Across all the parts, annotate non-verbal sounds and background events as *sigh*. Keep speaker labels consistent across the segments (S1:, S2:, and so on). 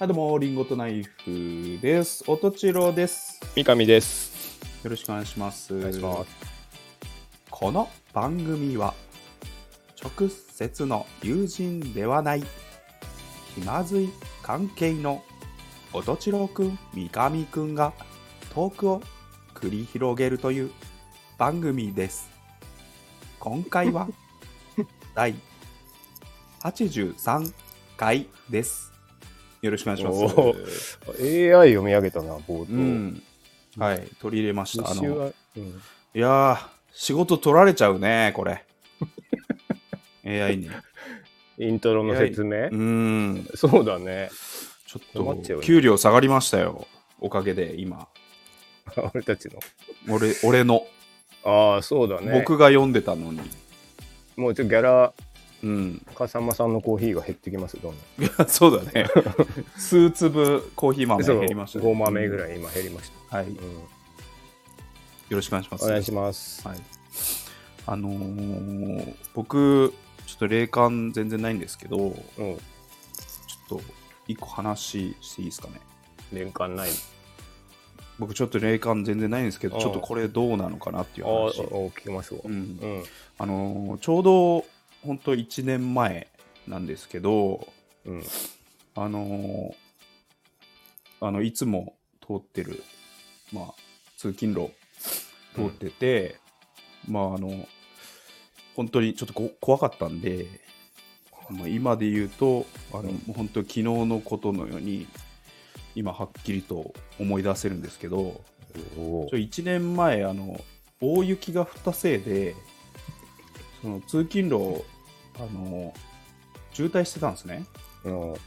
S1: あどうも、リンゴとナイフです。おとちろです。
S2: 三上です。
S1: よろしくお願いします。
S2: お願いします
S1: この番組は、直接の友人ではない、気まずい関係のおとちろくん、三上くんがトークを繰り広げるという番組です。今回は、第83回です。よろしくお願いします。
S2: お AI 読み上げたな、冒頭。
S1: うん。はい、取り入れました。あ
S2: 西
S1: の
S2: は、うん
S1: いやー、仕事取られちゃうね、こ
S2: *laughs*
S1: れ。AI に。う
S2: イントロの説明
S1: ーん、
S2: そうだね。 *laughs*
S1: ちょっ
S2: 困っちゃう
S1: と、
S2: よね
S1: 給料下がりましたよ。おかげで、今。
S2: 俺たちの。
S1: 俺、俺の。
S2: ああ、そうだね。
S1: 僕が読んでたのに。
S2: もうちょっとギャラ、
S1: うん。 *laughs*
S2: 笠間さんのコーヒーが減ってきます、どんどん。
S1: そう
S2: *laughs*
S1: だね。数粒コーヒー豆
S2: そう
S1: 減りました、
S2: 5万目ぐ
S1: い。
S2: らい今減りました。
S1: はい。よ
S2: うん
S1: ろしくお願いします。
S2: お願いします。
S1: はい。あのー僕、ちょっと霊感全然ないんですけど、
S2: うん。
S1: ちょっと、一個話していいですかね。
S2: 年間ない。
S1: 僕ちょっと霊感全然ないんですけど、
S2: ああ
S1: ちょっとこれどうなのかなってい
S2: あ
S1: う
S2: あ、お
S1: 話。
S2: 聞きますわ。
S1: う
S2: うん。
S1: んあのーちょうど本当1年前なんですけど、
S2: うん。
S1: あのーあのいつも通ってる、まあ、通勤路通ってて、まああの本当にちょっとこ怖かったんで、まあ、今で言うとあの、
S2: うん
S1: もう本当昨日のことのように今はっきりと思い出せるんですけど
S2: お
S1: ちょ1年前あの大雪が降ったせいでその通勤路あの渋滞してたんですね
S2: お。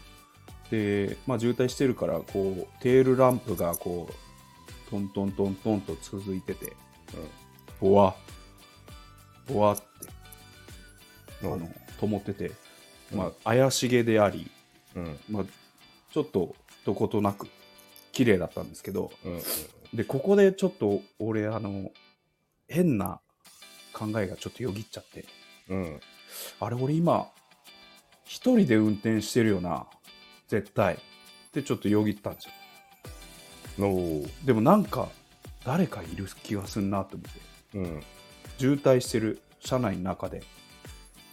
S1: で、まあ、渋滞してるからこうテールランプがこうトントントントンと続いててボワボワってあ
S2: う
S1: の
S2: ん。
S1: 灯ってて、
S2: うん
S1: まあ、怪しげであり、
S2: うん。
S1: まあ、ちょっとどことなく綺麗だったんですけど
S2: うん。
S1: でここでちょっと俺あの変な考えがちょっとよぎっちゃって
S2: うん。
S1: あれ俺今一人で運転してるよな絶対ってちょっとよぎったんですよ
S2: うん。おー
S1: でもなんか誰かいる気がすんなと思って
S2: うん。
S1: 渋滞してる車内の中で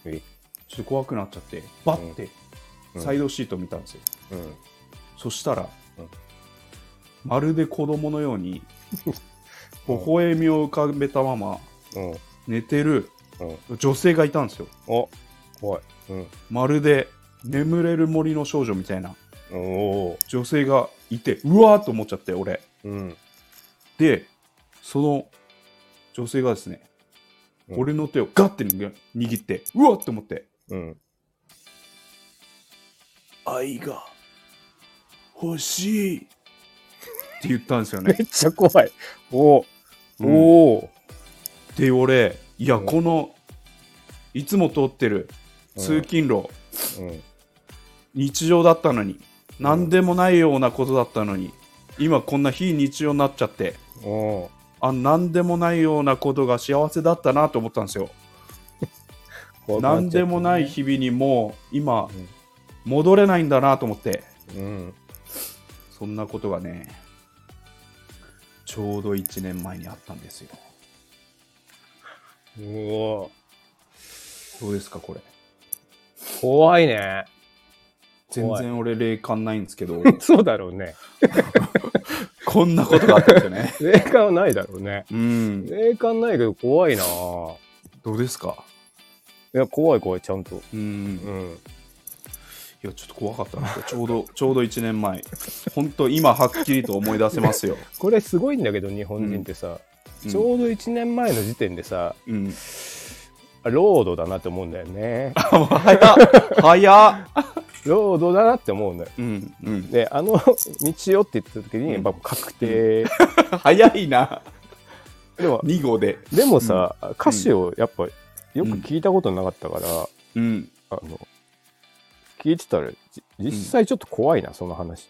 S2: え
S1: ちょっと怖くなっちゃってバッて
S2: うん
S1: サイドシート見たんですよ、
S2: うん。
S1: そしたら、
S2: うん
S1: まるで子供のよう
S2: *laughs*
S1: に
S2: うん
S1: 微笑みを浮かべたまま
S2: うん。
S1: 寝てる
S2: うん。
S1: 女性がいたんですよ
S2: お怖い。うん。
S1: まるで眠れる森の少女みたいな
S2: おお。
S1: 女性がいてうわーっと思っちゃって俺
S2: うん。
S1: でその女性がですね、
S2: うん
S1: 俺の手をガッて握握ってうわっと思って
S2: うん。
S1: 愛が欲しいって言ったんですよね *laughs*
S2: めっちゃ怖い。おお。
S1: うん
S2: おお。
S1: で俺いや
S2: うん
S1: このいつも通ってる通勤路、
S2: うん。
S1: 日常だったのに何でもないようなことだったのに今こんな非日常になっちゃって
S2: おお。
S1: あ何でもないようなことが幸せだったなと思ったんですよ
S2: 怖くなっちゃ
S1: 何
S2: ったね
S1: でもない。日々にもう今
S2: うん
S1: 戻れないんだなと思って
S2: うん。
S1: そんなことがねちょうど1年前にあったんですよ
S2: おお。
S1: どうですかこれ
S2: 怖いね。
S1: 全
S2: 怖い
S1: 然俺霊感ないん *laughs* ですけど
S2: そうだろうね。
S1: こんなことがあったんですよ *laughs* ね
S2: 霊感はないだろうね。
S1: うん
S2: 霊感ないけど怖いな。い
S1: どうですか
S2: や、怖い怖い、ちゃんと。
S1: うん
S2: うん。
S1: いやちょっと怖かったなちょうどちょうど1年前本当今はっきりと思い出せますよ、
S2: これすごいんだけど、日本人ってさ、
S1: うん
S2: ちょうど1年前の時点でさ、
S1: うん、
S2: ロードだなって思うんだよ *laughs* ね。
S1: *laughs* 早っ早っ
S2: ロードだなって思うんだよ。
S1: うんうん
S2: で、あの道よって言った時に、やっぱ確定。
S1: 早いな
S2: でも、
S1: 2号で
S2: でもさ、歌詞をやっぱよく聞いたことなかったから、
S1: うん
S2: あの聞いてたらじ実際ちょっと怖いな、その話、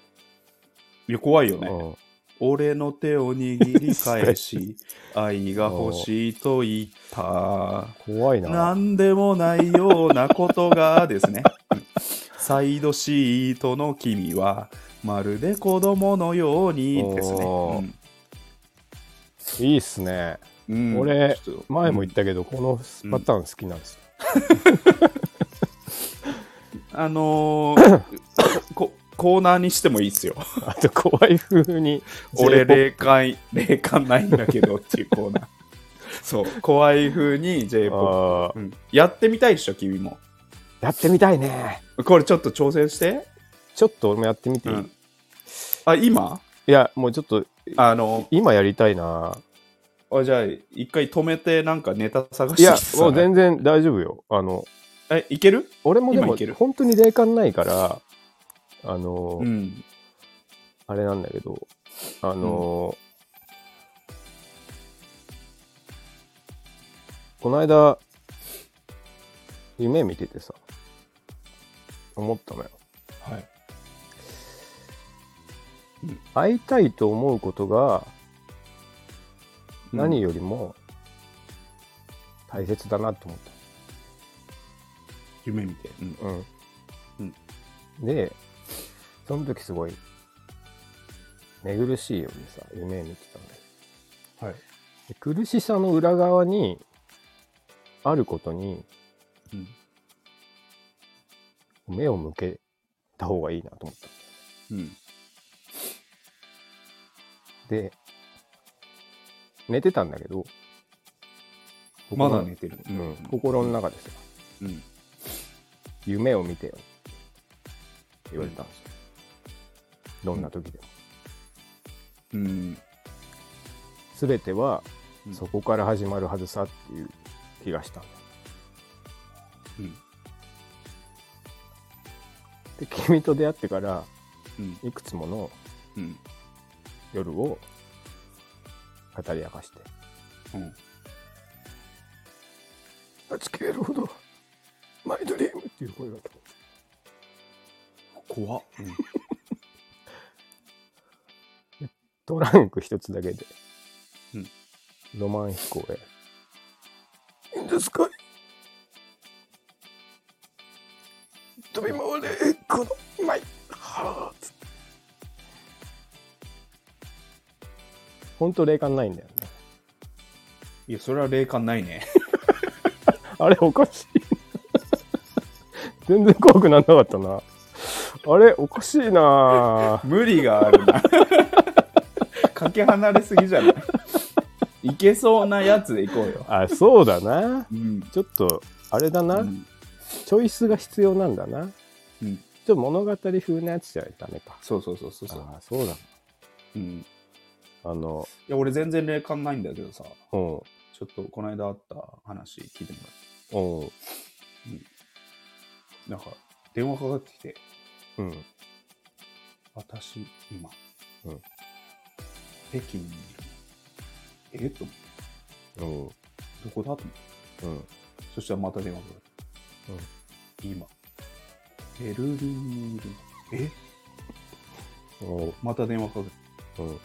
S1: いや怖いよ
S2: う
S1: ね、
S2: ん
S1: 俺の手を握り返し *laughs* 愛が欲しいと言った
S2: 怖いな
S1: 何でもないようなことがですねうんサイドシートの君は、まるで子供のようにですね。
S2: おーいいっすね。
S1: うんうん
S2: 俺
S1: ちょっと
S2: 前も言ったけど、このパターン好きなんですよ。
S1: あのー *laughs* こコーナーにしてもいいっすよ。
S2: あと、怖い風に。
S1: *laughs* 俺
S2: J-POP
S1: 霊感霊感ないんだけどっていうコーナーそう怖い風に j p o
S2: あ
S1: p やってみたいでしょ君も
S2: ーやってみたいね。
S1: これちょっと挑戦して、
S2: ちょっと俺もやってみて
S1: う
S2: いい、
S1: ん、あ今
S2: いや、もうちょっと、
S1: あの
S2: 今やりたいな。
S1: あじゃあ一回止めてなんかネタ探して
S2: いや、
S1: さ
S2: もう全然大丈夫よ。あの、
S1: えいける
S2: 俺もで
S1: 今
S2: も
S1: いける、
S2: 本当に霊感ないから、あの、
S1: うん
S2: あれなんだけど、あの、この間、夢見ててさ、思ったのよ。
S1: はい
S2: 会いたいと思うことが何よりも大切だなと思っ
S1: 夢見て、うん
S2: た。うん。で、その時すごい、寝苦しいようにさ、夢見てたんだよ
S1: はい
S2: で苦しさの裏側にあることに
S1: うん、
S2: 目を向けた方がいいなと思った。
S1: うん
S2: で、寝てたんだけど、
S1: まだ寝てる、
S2: うん、心の中ですよ。
S1: うん
S2: 夢を見てよ。言われたんですよ。どんな時でも。
S1: うん
S2: すべては
S1: うん
S2: そこから始まるはずさっていう気がしたんだ。
S1: うん
S2: で、君と出会ってから、
S1: うん
S2: いくつもの
S1: うん
S2: 夜を語り明かして。
S1: うん
S2: 打ち切れるほど、マイドリームっていう声が聞こえ
S1: 怖っ、うん
S2: トランク一つだけで、
S1: うん
S2: ロマン飛行へ。いいんですか飛び回れ、このマイハーツ。本当霊感ないんだよね。
S1: いやそれは霊感ない
S2: *laughs*
S1: ね
S2: あれ、おかしい。全然怖くなんなかったな。あれ、おかしいな。
S1: 無理があるな *laughs* かけ離れすぎじ
S2: *laughs*
S1: ゃないいけそうなやつでいこうよ
S2: あ、そうだな。
S1: うん
S2: ちょっと、あれだな。
S1: うん
S2: チョイスが必要なんだな。ち
S1: うん
S2: ょっと物語風なやつじゃダメか。
S1: そうそうそうそうそう、
S2: ああ、そうだ。
S1: うん、い
S2: あの、
S1: や俺全然霊感ないんだけどさ
S2: うん、
S1: ちょっとこの間あった話聞いてもら
S2: うん、
S1: ってなんか電話かかってきて
S2: うん。
S1: 「私今、
S2: うん
S1: 北京にいる」えっと思って
S2: うん、
S1: どこだと思って
S2: うん、
S1: そしたらまた電話かかってきて、今ベルリンにいるえ
S2: うん、
S1: また電話かかって
S2: うん。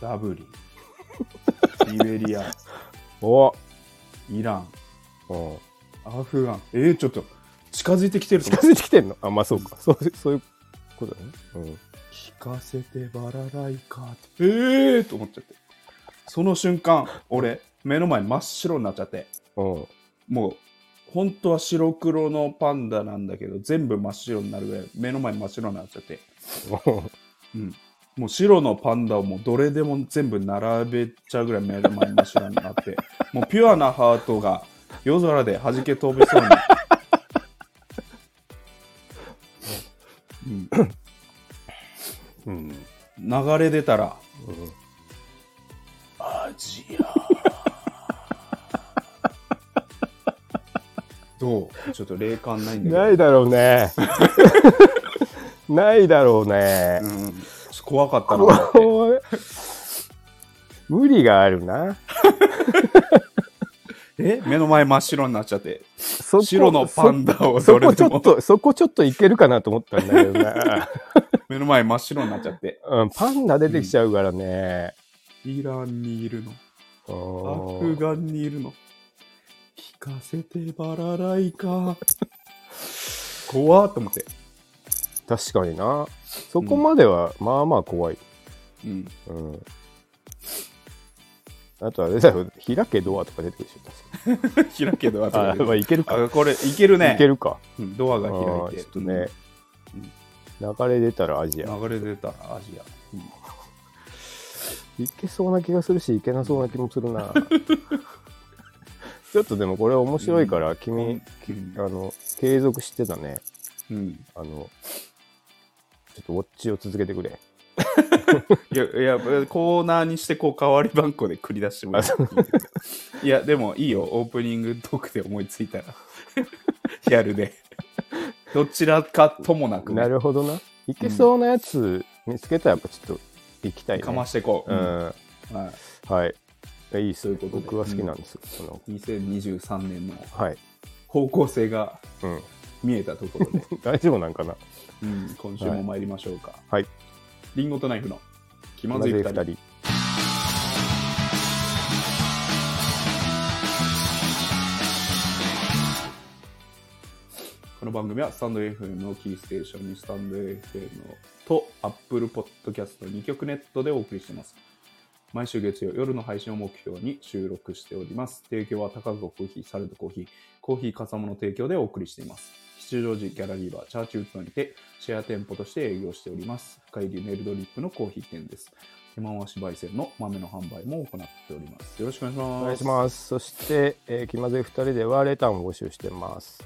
S1: ダブリ
S2: *laughs*
S1: ンリベリア
S2: お
S1: イラン
S2: うん。
S1: アフガンえー、ちょっと近づいてきてると
S2: 近
S1: 思う
S2: づいてきてんのあ、まあそうか。そうそういうことだね。うん。
S1: 聞かせてバラライカーってええー、と思っちゃってその瞬間俺目の前真っ白になっちゃって
S2: うん。
S1: もう本当は白黒のパンダなんだけど全部真っ白になるぐらい目の前真っ白になっちゃって、うん、もう白のパンダをもうどれでも全部並べちゃうぐらい目の前真っ白になってもうピュアなハートが夜空で弾け飛びそうに、うん、
S2: うん。
S1: 流れ出たら
S2: うん。
S1: アジア *laughs* どうちょっと霊感ないんだ
S2: な
S1: け
S2: いだろう *laughs* ね。ないだろうね
S1: ど、。うん、怖かったなと思って
S2: 怖い無理があるな。
S1: え目の前真っ白になっちゃって
S2: そこ
S1: 白のパンダをど
S2: そそこ
S1: れ
S2: ち
S1: で
S2: ょっ
S1: も
S2: と、そこちょっといけるかなと思ったんだけど *laughs* な。
S1: 目の前真っ白になっちゃって
S2: うん、パンダ出てきちゃうからね。
S1: イランにいるのア
S2: う
S1: フ
S2: ん、
S1: ガンにいるの
S2: *laughs*
S1: 聞かせてバラライカ怖っと思って
S2: 確かにな。そこまでは、まあまあ怖い。
S1: うん。 *laughs*
S2: うん。あとあれだよ、開けドアとか出てくるでしょ、確か
S1: 開けドアとか
S2: に。あ、まあ、
S1: で。
S2: いけるか。
S1: あ、これ、いけるね。
S2: いけるか。
S1: うんドア
S2: あ
S1: が
S2: ー
S1: 開いて。
S2: ちょっとね、流れ出たらアジア。
S1: うん。流れ出たアジア。
S2: いけそうな気がするし、いけなそうな気もする *laughs* な。ちょっとでもこれ面白いから、君、
S1: うん
S2: あの、継続してたね。
S1: うん。
S2: あの、ちょっとウォッチを続けてくれ。
S1: いや、いや、コーナーにして、こう、代わり番号で繰り出してもらっていいいや、でもいいよ。オープニングトークで思いついたら。 *laughs* やるで。どちらかともなくね、
S2: なるほどな。いけそうなやつ見つけたら、やっぱちょっと行きたいね。
S1: かましてこう。
S2: う
S1: うん
S2: ん。
S1: は
S2: はい。いやいいっす
S1: そういう
S2: ね
S1: ことで
S2: 僕は好きなんですよ。その
S1: い、2023年の
S2: はい。
S1: 方向性が
S2: うん。 *laughs*
S1: 見えたところで、
S2: 大丈夫なんかな
S1: うん、今週も参りましょうか。
S2: はい。
S1: リンゴとナイフの気ま
S2: ま
S1: ず
S2: ず
S1: い
S2: い
S1: 二
S2: 2
S1: 人。
S2: 人。
S1: この番組はスタンド FM をキーステーションにスタンド FM と Apple Podcast2 曲ネットでお送りしています。毎週月曜夜の配信を目標に収録しております。提供は高子コーヒー、サルドコーヒー、コーヒーかさもの提供でお送りしています。吉祥寺ギャラリーバーチャーチウッドにてシェア店舗として営業しております。深入りネルドリップのコーヒー店です。手回し焙煎の豆の販売も行っております。よろしくお願いします。
S2: お願いします。そして、えー気まずい2人ではレターを募集してます。
S1: す。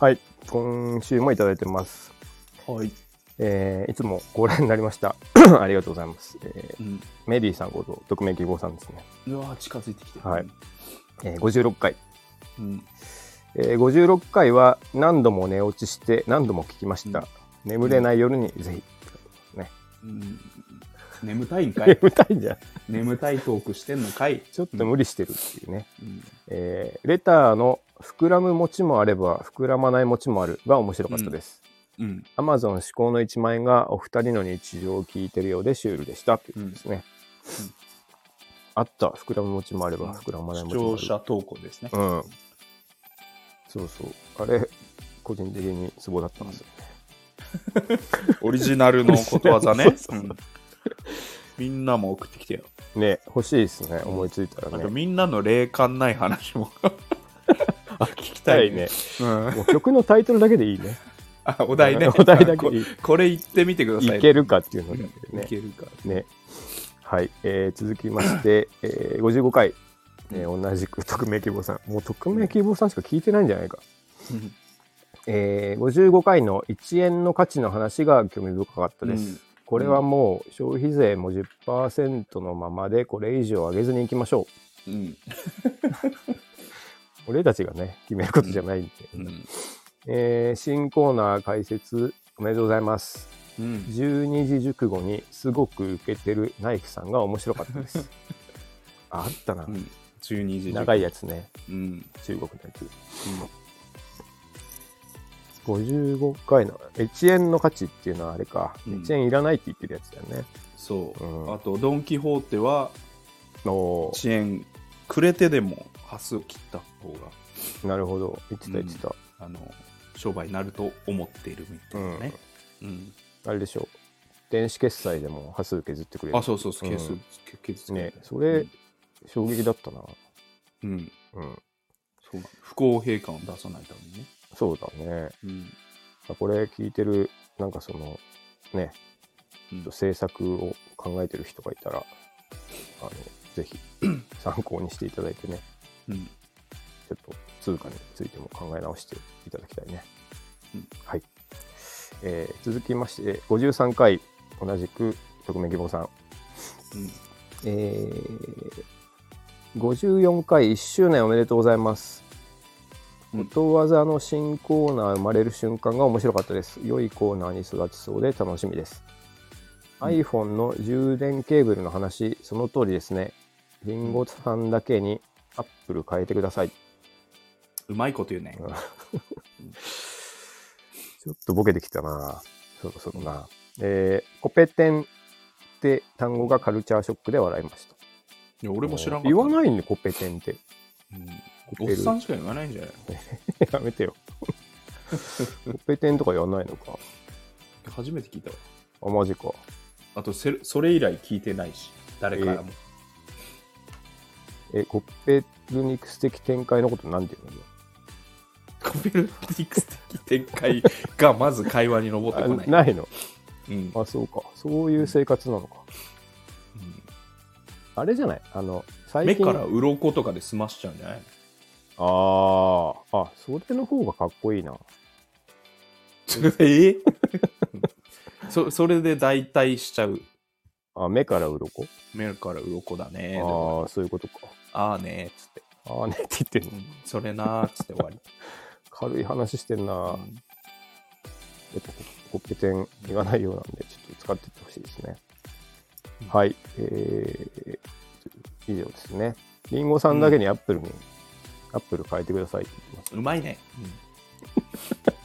S2: はい。今週もいただいてます。
S1: はい。はい。
S2: えーいつもご覧になりました。 *clears throat* ありがとうございます。え
S1: う
S2: ー
S1: ん。
S2: メリーさんこと、匿名希望さんですね。
S1: うわー近づいてきてる。
S2: はいえー56回。
S1: うん。
S2: えー56回は何度も寝落ちして何度も聞きました。
S1: うん
S2: 眠れない夜にぜひ。
S1: うん眠たいんか
S2: *laughs*
S1: い
S2: 眠たいんじゃん。
S1: 眠たいトークしてんのかい、
S2: ちょっと無理してるっていうね。
S1: うん
S2: えーレターの膨らむ餅もあれば膨らまない餅もあるが面白かったです。
S1: うん、
S2: Amazon 至高の1万円がお二人の日常を聞いてるようでシュールでしたっていうことですね。
S1: うん
S2: あった。膨らむ餅もあれば膨らまない
S1: 視
S2: 餅もあ
S1: 聴
S2: る。
S1: 者投稿ですね、
S2: うん。そうそう。あれ、個人的にツボだったんですよね。
S1: オリジナルのことわざね
S2: *laughs* そうそうそう
S1: うんみんなも送ってきてよ、
S2: ね、欲しいですね。思いついたら
S1: あと
S2: ね。
S1: みんなの霊感ない話も *laughs* 聞きたいね、うん
S2: もう曲のタイトルだけでいいね。
S1: あお題ね
S2: *laughs* お題だけ
S1: こ
S2: でいい。
S1: これ言ってみてください
S2: いけるかっていう
S1: う
S2: の
S1: ん
S2: だ
S1: い
S2: けでね。
S1: けるか
S2: ね。はい、えー続きまして、えー55回、えー同じく匿名希望さん。もう匿名希望さんしか聞いてないんじゃないか。
S1: うん
S2: えー55回の1円の価値の話が興味深かったです。
S1: うん
S2: これはもう消費税も10%のままでこれ以上上げずにいきましょう。
S1: うん
S2: 俺たちがね、決めることじゃないんで。
S1: うん
S2: えー新コーナー解説おめでとうございます。
S1: うん
S2: 12時熟語にすごく受けてるナイフさんが面白かった
S1: *laughs*
S2: です。ああったな
S1: う。ん12時
S2: 長い
S1: や、
S2: やつね。
S1: うん
S2: 中国のやつ。55回の1円の価値っていうのはあれか、
S1: うん
S2: 1円いらないって言ってるやつだよね。
S1: そう、
S2: うん
S1: あとドン・キホーテは
S2: おー
S1: 遅延くれてでも端数を切った方が
S2: なるほど。言ってた言ってた。
S1: あの商売になると思っているみたいなね、うん
S2: あれでしょ電子決済でも端数削ってくれる。
S1: あそうそうそう
S2: うん
S1: 削削
S2: ねそれ衝撃だったな。
S1: うん、うん
S2: うん。
S1: そうなの不公平感を出さないためにね、
S2: そうだね。
S1: うん
S2: これ聞いてる、なんかその、ね、
S1: うん
S2: 制作を考えてる人がいたら、あの、ぜ
S1: *clears throat*
S2: ひ参考にしていただいてね、
S1: うん
S2: ちょっと通貨についても考え直していただきたいね。
S1: うん
S2: はい、えー続きまして、53回、同じく匿名希望さん。
S1: うん
S2: えー、54回1周年おめでとうございます。
S1: うん
S2: ことわざの新コーナー生まれる瞬間が面白かったです。良いコーナーに育ちそうで楽しみです。
S1: うん
S2: iPhone の充電ケーブルの話、その通りですね。リンゴさんだけに Apple 変えてください。
S1: うまいこと言うね
S2: うんちょっとボケてきたなそろそろな。えー、コペテンって単語がカルチャーショックで笑いました。
S1: いや俺も知らんかった
S2: 言わないね、コペテンって。 *laughs*
S1: うん
S2: コ
S1: お
S2: ペ
S1: っ
S2: ル
S1: さんしか言わないんじゃない *laughs*
S2: やめてよ。コペテンとか言わないのか。
S1: 初めて聞いたわ。
S2: あ、マジか。
S1: あとせ、それ以来聞いてないし、誰からも。
S2: え、コッペルニクス的展開のことなんて言うの
S1: コペルニクス的展開がまず会話に上ってこな
S2: あ
S1: い。
S2: ないの
S1: うん
S2: あ、そうか。そういう生活なのか。
S1: う
S2: あれじゃないあの、
S1: ん
S2: 最
S1: 目
S2: 近。
S1: から鱗とかで済ましちゃうんじゃない
S2: ああ、あ、それの方がかっこいいな。
S1: え *laughs* そそれで代替しちゃう。
S2: あ、目から鱗
S1: 目から鱗だね。
S2: ああ、そういうことか。
S1: ああーねーっつって。
S2: ああねって言ってんの。
S1: うんそれなーっつって終わり。
S2: 軽い話してんな。
S1: うん
S2: やっぱコッペテン言わないようなんで、ちょっと使ってってほしいですね。はい。えー、以上ですね。リンゴさんだけにアップルに、アップル変えてくださいって言って
S1: うまいね。
S2: ます。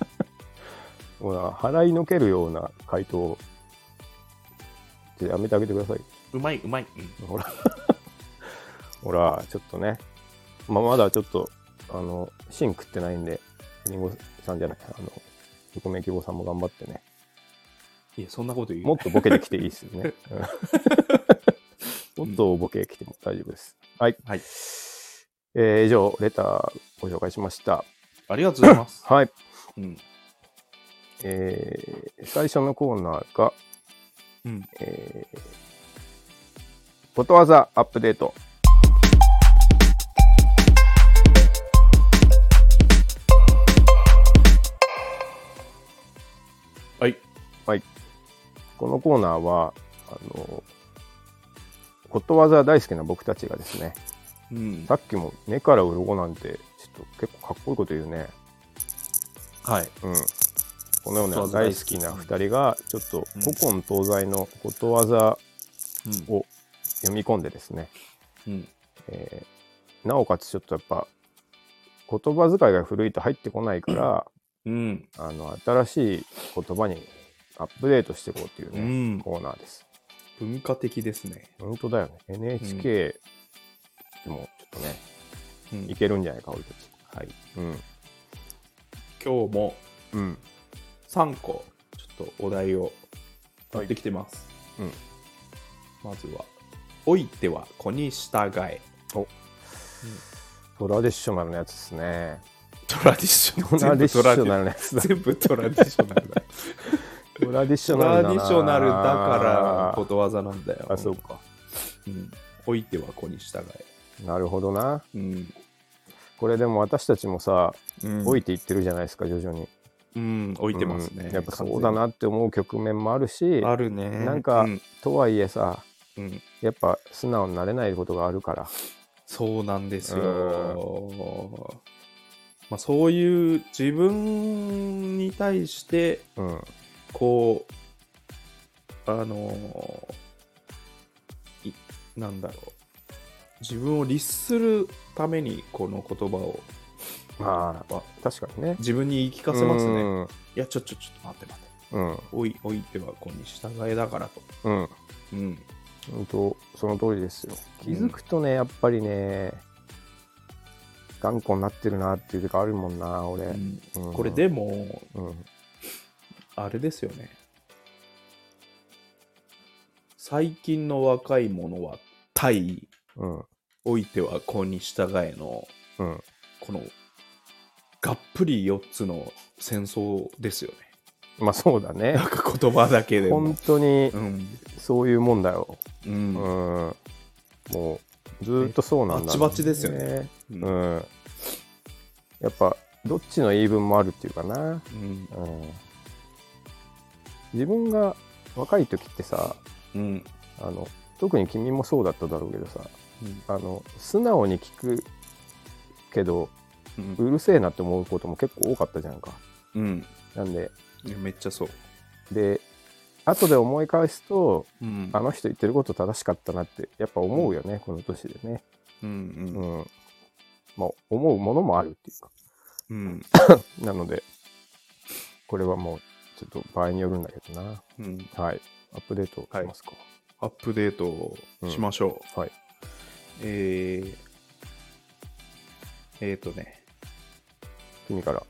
S2: もうな払いのけるような回答を、ちょっとやめてあげてください。
S1: うんうまいうまい。うん
S2: ほら、ほら、ちょっとね、まあ、まだちょっと、あの、芯食ってないんで、りんごさんじゃない、あの、横目希望さんも頑張ってね、
S1: いや、そんなこと言う。
S2: もっとボケてきていいです
S1: *laughs*
S2: よね。うんもっとボケきても大丈夫です。はい。
S1: はい。
S2: えー以上、レターご紹介しました。
S1: ありがとうござい *laughs* ます。
S2: はい。
S1: うん。
S2: えー最初のコーナーが、
S1: うん。
S2: えーことわざアップデート。
S1: はい。
S2: このコーナーは、あの、ことわざ大好きな僕たちがですね、
S1: うん。
S2: さっきも目から鱗なんて、ちょっと結構かっこいいこと言うね。
S1: はい。
S2: うん。このよ
S1: こと
S2: うな
S1: わざ大
S2: 大
S1: 好
S2: 好
S1: き
S2: きな二人が、ちょっと
S1: うん
S2: 古今東西のことわざ
S1: うん。
S2: を読み込んでですね、
S1: うん。
S2: えーなおかつちょっとやっぱ、言葉遣いが古いと入ってこないから、
S1: うん。
S2: あの、新しい言葉にアップデートしていこうっていう
S1: う
S2: ね、
S1: ん。
S2: コーナーです。
S1: 文化的ですね。
S2: 本当だよね。NHK でもちょっとね、
S1: うん
S2: いけるんじゃないか、俺たち。
S1: はい。
S2: うん。
S1: 今日も
S2: うん。
S1: 3個、ちょっとお題を持ってきてます。
S2: はいうん
S1: まずは、おいては子に従え。
S2: トラディショナルなやつですね。
S1: トラディショ
S2: ト
S1: ナ
S2: ラ
S1: ル。
S2: ディシ
S1: 全部
S2: ョナルなやつだ。
S1: 全部トラディショナルだ。
S2: トラディショ
S1: ト
S2: ナルだな。
S1: ラディショナルだからことわざなんだよ。
S2: あ、そうか。
S1: うん。おいては子に従え。
S2: なるほどな。
S1: うん。
S2: これでも私たちもさ、
S1: うん
S2: 老いていってるじゃないですか、徐々に。
S1: うん、置いてますね。
S2: うんやっぱそうだなって思う局面もあ
S1: 完
S2: る
S1: 全
S2: し
S1: に。、あるね。
S2: なんか
S1: うん
S2: とはいえさ、
S1: うん
S2: やっぱ素直になれないことがあるから。
S1: そうなんですよ。まあ、そういう自分に対して、
S2: うん。
S1: こう、あのーいなんだろう。自分を律するために、この言葉を
S2: ま
S1: あ
S2: あ、確かにね。
S1: 自分に言い聞かせます
S2: う
S1: ね。
S2: ん
S1: いや、ちょ、ちょ、ちょっと待って待って。
S2: うん。
S1: おい、おいては子に従えだからと。
S2: うん。
S1: うん。
S2: 本当その通りですよ気づくとね、やっぱりね頑固になってるなっていう時あるもんな俺、
S1: うん
S2: うん
S1: これでも、
S2: うん
S1: あれですよね。最近の若い者は対
S2: うん
S1: おいては子に従えの
S2: うん
S1: このがっぷり4つの戦争ですよね。
S2: まあそうだね
S1: なんか言葉だけ *laughs* でも
S2: 本。当に
S1: うん。
S2: そういうもんだよ、
S1: う
S2: う
S1: ん。
S2: んもうずーっとそうなんだ、
S1: バチバチですよね
S2: う
S1: うん
S2: んやっぱどっちの言い分もあるっていうかな、
S1: うん。
S2: うん、自分が若い時ってさ
S1: うん。
S2: あの特に君もそうだっただろうけどさ、
S1: うん
S2: あの素直に聞くけど
S1: うん
S2: うるせえなって思うことも結構多かったじゃんか
S1: うん。
S2: なんで
S1: いやめっちゃそう。
S2: で後で思い返すと
S1: うん。
S2: あの人言ってること正しかったなってやっぱ思うよね、この年でね
S1: うん
S2: うんまあ思うものもあるっていうか
S1: うん。うん。
S2: なのでこれはもうちょっと場合によるんだけどな
S1: うん。
S2: はいアップデートしますか
S1: アップデートをしましょう。
S2: はい、
S1: えー、えー、とね、
S2: 君から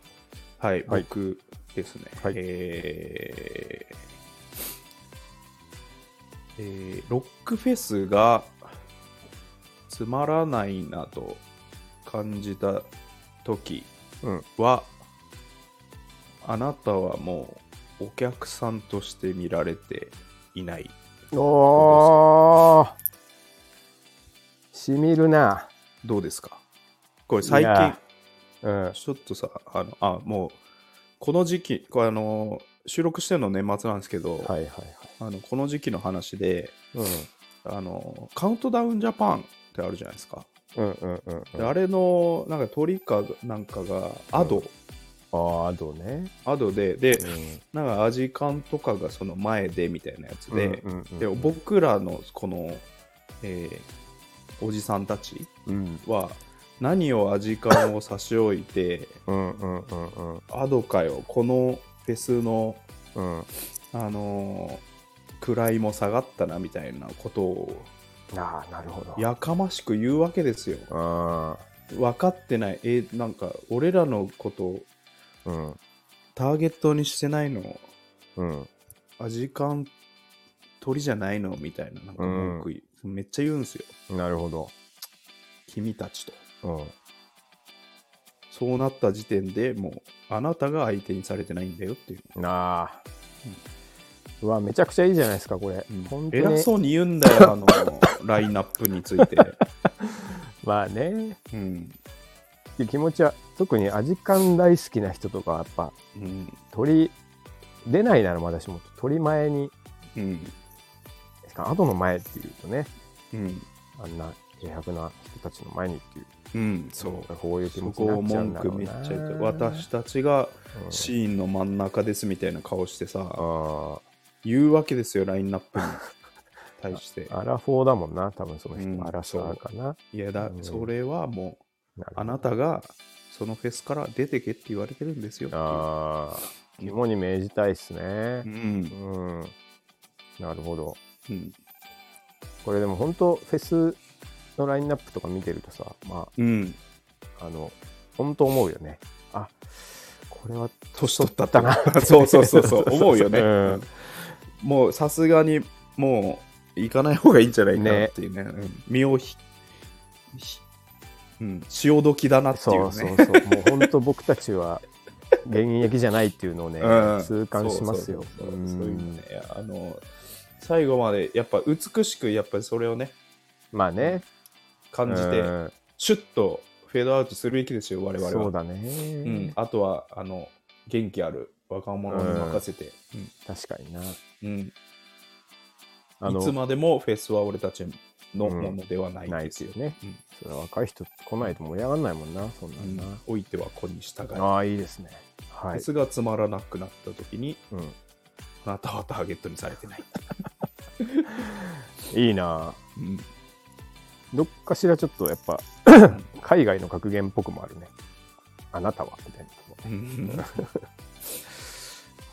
S1: はい、
S2: はい
S1: 僕ですね、
S2: はい
S1: えーえーロックフェスがつまらないなと感じた時
S2: うん
S1: は、あなたはもうお客さんとして見られていない
S2: おーしみるな。
S1: どうですかこれ最
S2: い
S1: 近
S2: やうん。
S1: ちょっとさあのあもうこの時期これあの収録してるの年末なんですけど、
S2: はいはいはい。
S1: あのこの時期の話で
S2: うん。
S1: あのカウントダウンジャパンってあるじゃないですか
S2: うんうんうん、
S1: で
S2: うん。
S1: あれのなんか鳥かなんかがアド、
S2: うんああ、どうね。
S1: アドでで
S2: うん
S1: なんかアジカンとかがその前でみたいなやつで,、
S2: うんうんうん
S1: で僕らのこの、えーおじさんたち
S2: うん
S1: は何をアジカンを差し置いて
S2: うんうんうんうん
S1: アドかよこのフェスの
S2: うん。
S1: あのー位も下がったなみたいなことを
S2: ああ、なるほど。
S1: やかましく言うわけですよ
S2: あ
S1: 分かってないえなんか俺らのこと
S2: あ、うん
S1: ターゲットにしてないの
S2: うん。
S1: アジカン鳥じゃないのみたいななんか文句言う、めっちゃ言うんですよ
S2: なるほど。
S1: 君たちと
S2: うん。
S1: そうなった時点でもうあなたが相手にされてないんだよっていう、
S2: なあ。うわ、めちゃくちゃいいじゃないですか、これ。本当に
S1: 偉そうに言うんだよあの *laughs* ラインナップについて、
S2: まあね。
S1: うん
S2: 気持ちは、特にアジカン大好きな人とかはやっぱ、
S1: うん
S2: 鳥、出ないならまだしも、鳥前に、
S1: うん
S2: しかも後の前っていうとね、
S1: うん
S2: あんな軽薄な人たちの前にっていう、
S1: うんそう
S2: こういう気
S1: そ
S2: 持ち
S1: こ
S2: にな
S1: を
S2: っちゃうん
S1: 文
S2: だろ
S1: 句
S2: う
S1: めっ
S2: な。
S1: ちゃ言って私たちが
S2: うん
S1: シーンの真ん中ですみたいな顔してさ
S2: あ
S1: 言うわけですよラインナッ
S2: *laughs*
S1: プに対して
S2: あ、アラフォーだもんな、多分その人、
S1: うん
S2: アラサーかな。
S1: いやだ
S2: うん
S1: それはもう
S2: なるほど
S1: あなたがそのフェスから出てけって言われてるんですよっていう
S2: ああ、肝に銘じたいっすね
S1: う。
S2: うんん。なるほど。
S1: うん
S2: これでも本当フェスのラインナップとか見てるとさ、ま
S1: うん
S2: あ、あの、本当思うよね。あ、これは、
S1: 年取ったってな *laughs* そうそうそう
S2: *laughs*
S1: そう思うよね、
S2: うん
S1: もうさすがにもう行かない方がいいんじゃないかなっていうねうん身をひひうん、潮時だなっていうね
S2: そうそうそう。もう本当僕たちは現役じゃないっていうのをね、
S1: うん
S2: 痛感しますよ。
S1: そうそう
S2: う
S1: そうそういうんね、あの最後までやっぱ美しくやっぱりそれをね
S2: まあね。
S1: 感じて
S2: うん
S1: シュッとフェードアウトするべきですよ我々は
S2: そうだね、
S1: うん、あとはあの元気ある若者に任せて、うん
S2: 確かにな。
S1: うん
S2: あ
S1: いつまでもフェスは俺たちの
S2: うん
S1: ものではない
S2: ない
S1: で
S2: です
S1: すよ
S2: よ、ね。
S1: うん
S2: それは若い人来ないと盛り上がらないもんな、そんなんな。
S1: うん、おいては子に従い、
S2: ああ、いいですね。は
S1: フェ
S2: い。
S1: スがつまらなくなった時に
S2: うん、
S1: あなたはターゲットにされてない、
S2: いいな。
S1: うん
S2: どっかしらちょっとやっぱ、海外の格言っぽくもあるね。あなたはみたいなと
S1: うん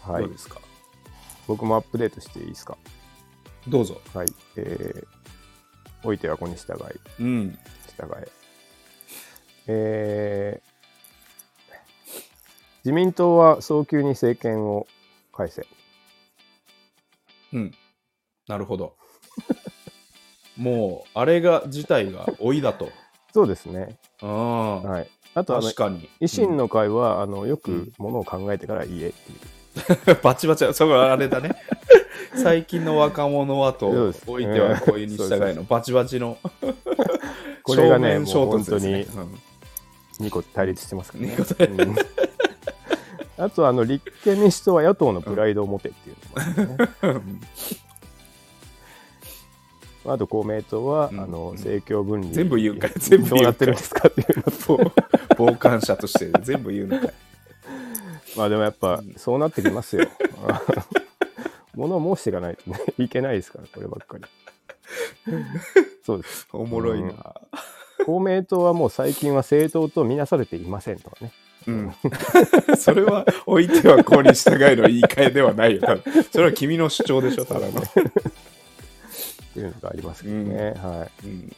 S2: こ。は
S1: ど
S2: いう
S1: で。すか
S2: 僕もアップデートしていいですか。
S1: どうぞ、
S2: はい。えー、おいては子に従い、
S1: うん、
S2: 従え。えー、自民党は早急に政権を返せ。
S1: うん。なるほど。もう、あれが、自体が老いだと。
S2: そうですね。
S1: うん。
S2: はい。あとあの
S1: 確、かに。
S2: 維新の会は、あのよ
S1: うん
S2: くものを考えてから言えっていう、
S1: うんバチバチだ、そこはあれ
S2: *laughs*
S1: だね。最近の若者は
S2: そう
S1: と
S2: です、
S1: 老いてはこういうに従
S2: そう
S1: い
S2: そ
S1: の、バチバチの。
S2: これがね
S1: 正面衝突です
S2: もう
S1: ね
S2: 本2個対立してますからね。
S1: 二個
S2: うんあとあの立憲民主党は野党のプライドを持てっていうのもあるんです
S1: う
S2: ね、
S1: ん
S2: *laughs* あと公明党は、
S1: うん
S2: あの政教分離
S1: 全部言うか全部言うか
S2: どうなってるんですかって *laughs* いうのと
S1: 傍観者として全部言うのかい。
S2: まあでもやっぱそうなってきますよ *laughs* ものを申していかない *laughs* とねいけないですからこればっかりそうです
S1: おもろいな。
S2: 公明党はもう最近は政党と見なされていませんとかね
S1: うん。 *laughs* それは、老いてはこうに従いの言い換えではないよ、多分。それは君の主張でしょ、た
S2: *laughs*
S1: だの。
S2: っていうのがありますけどね、はい
S1: うん。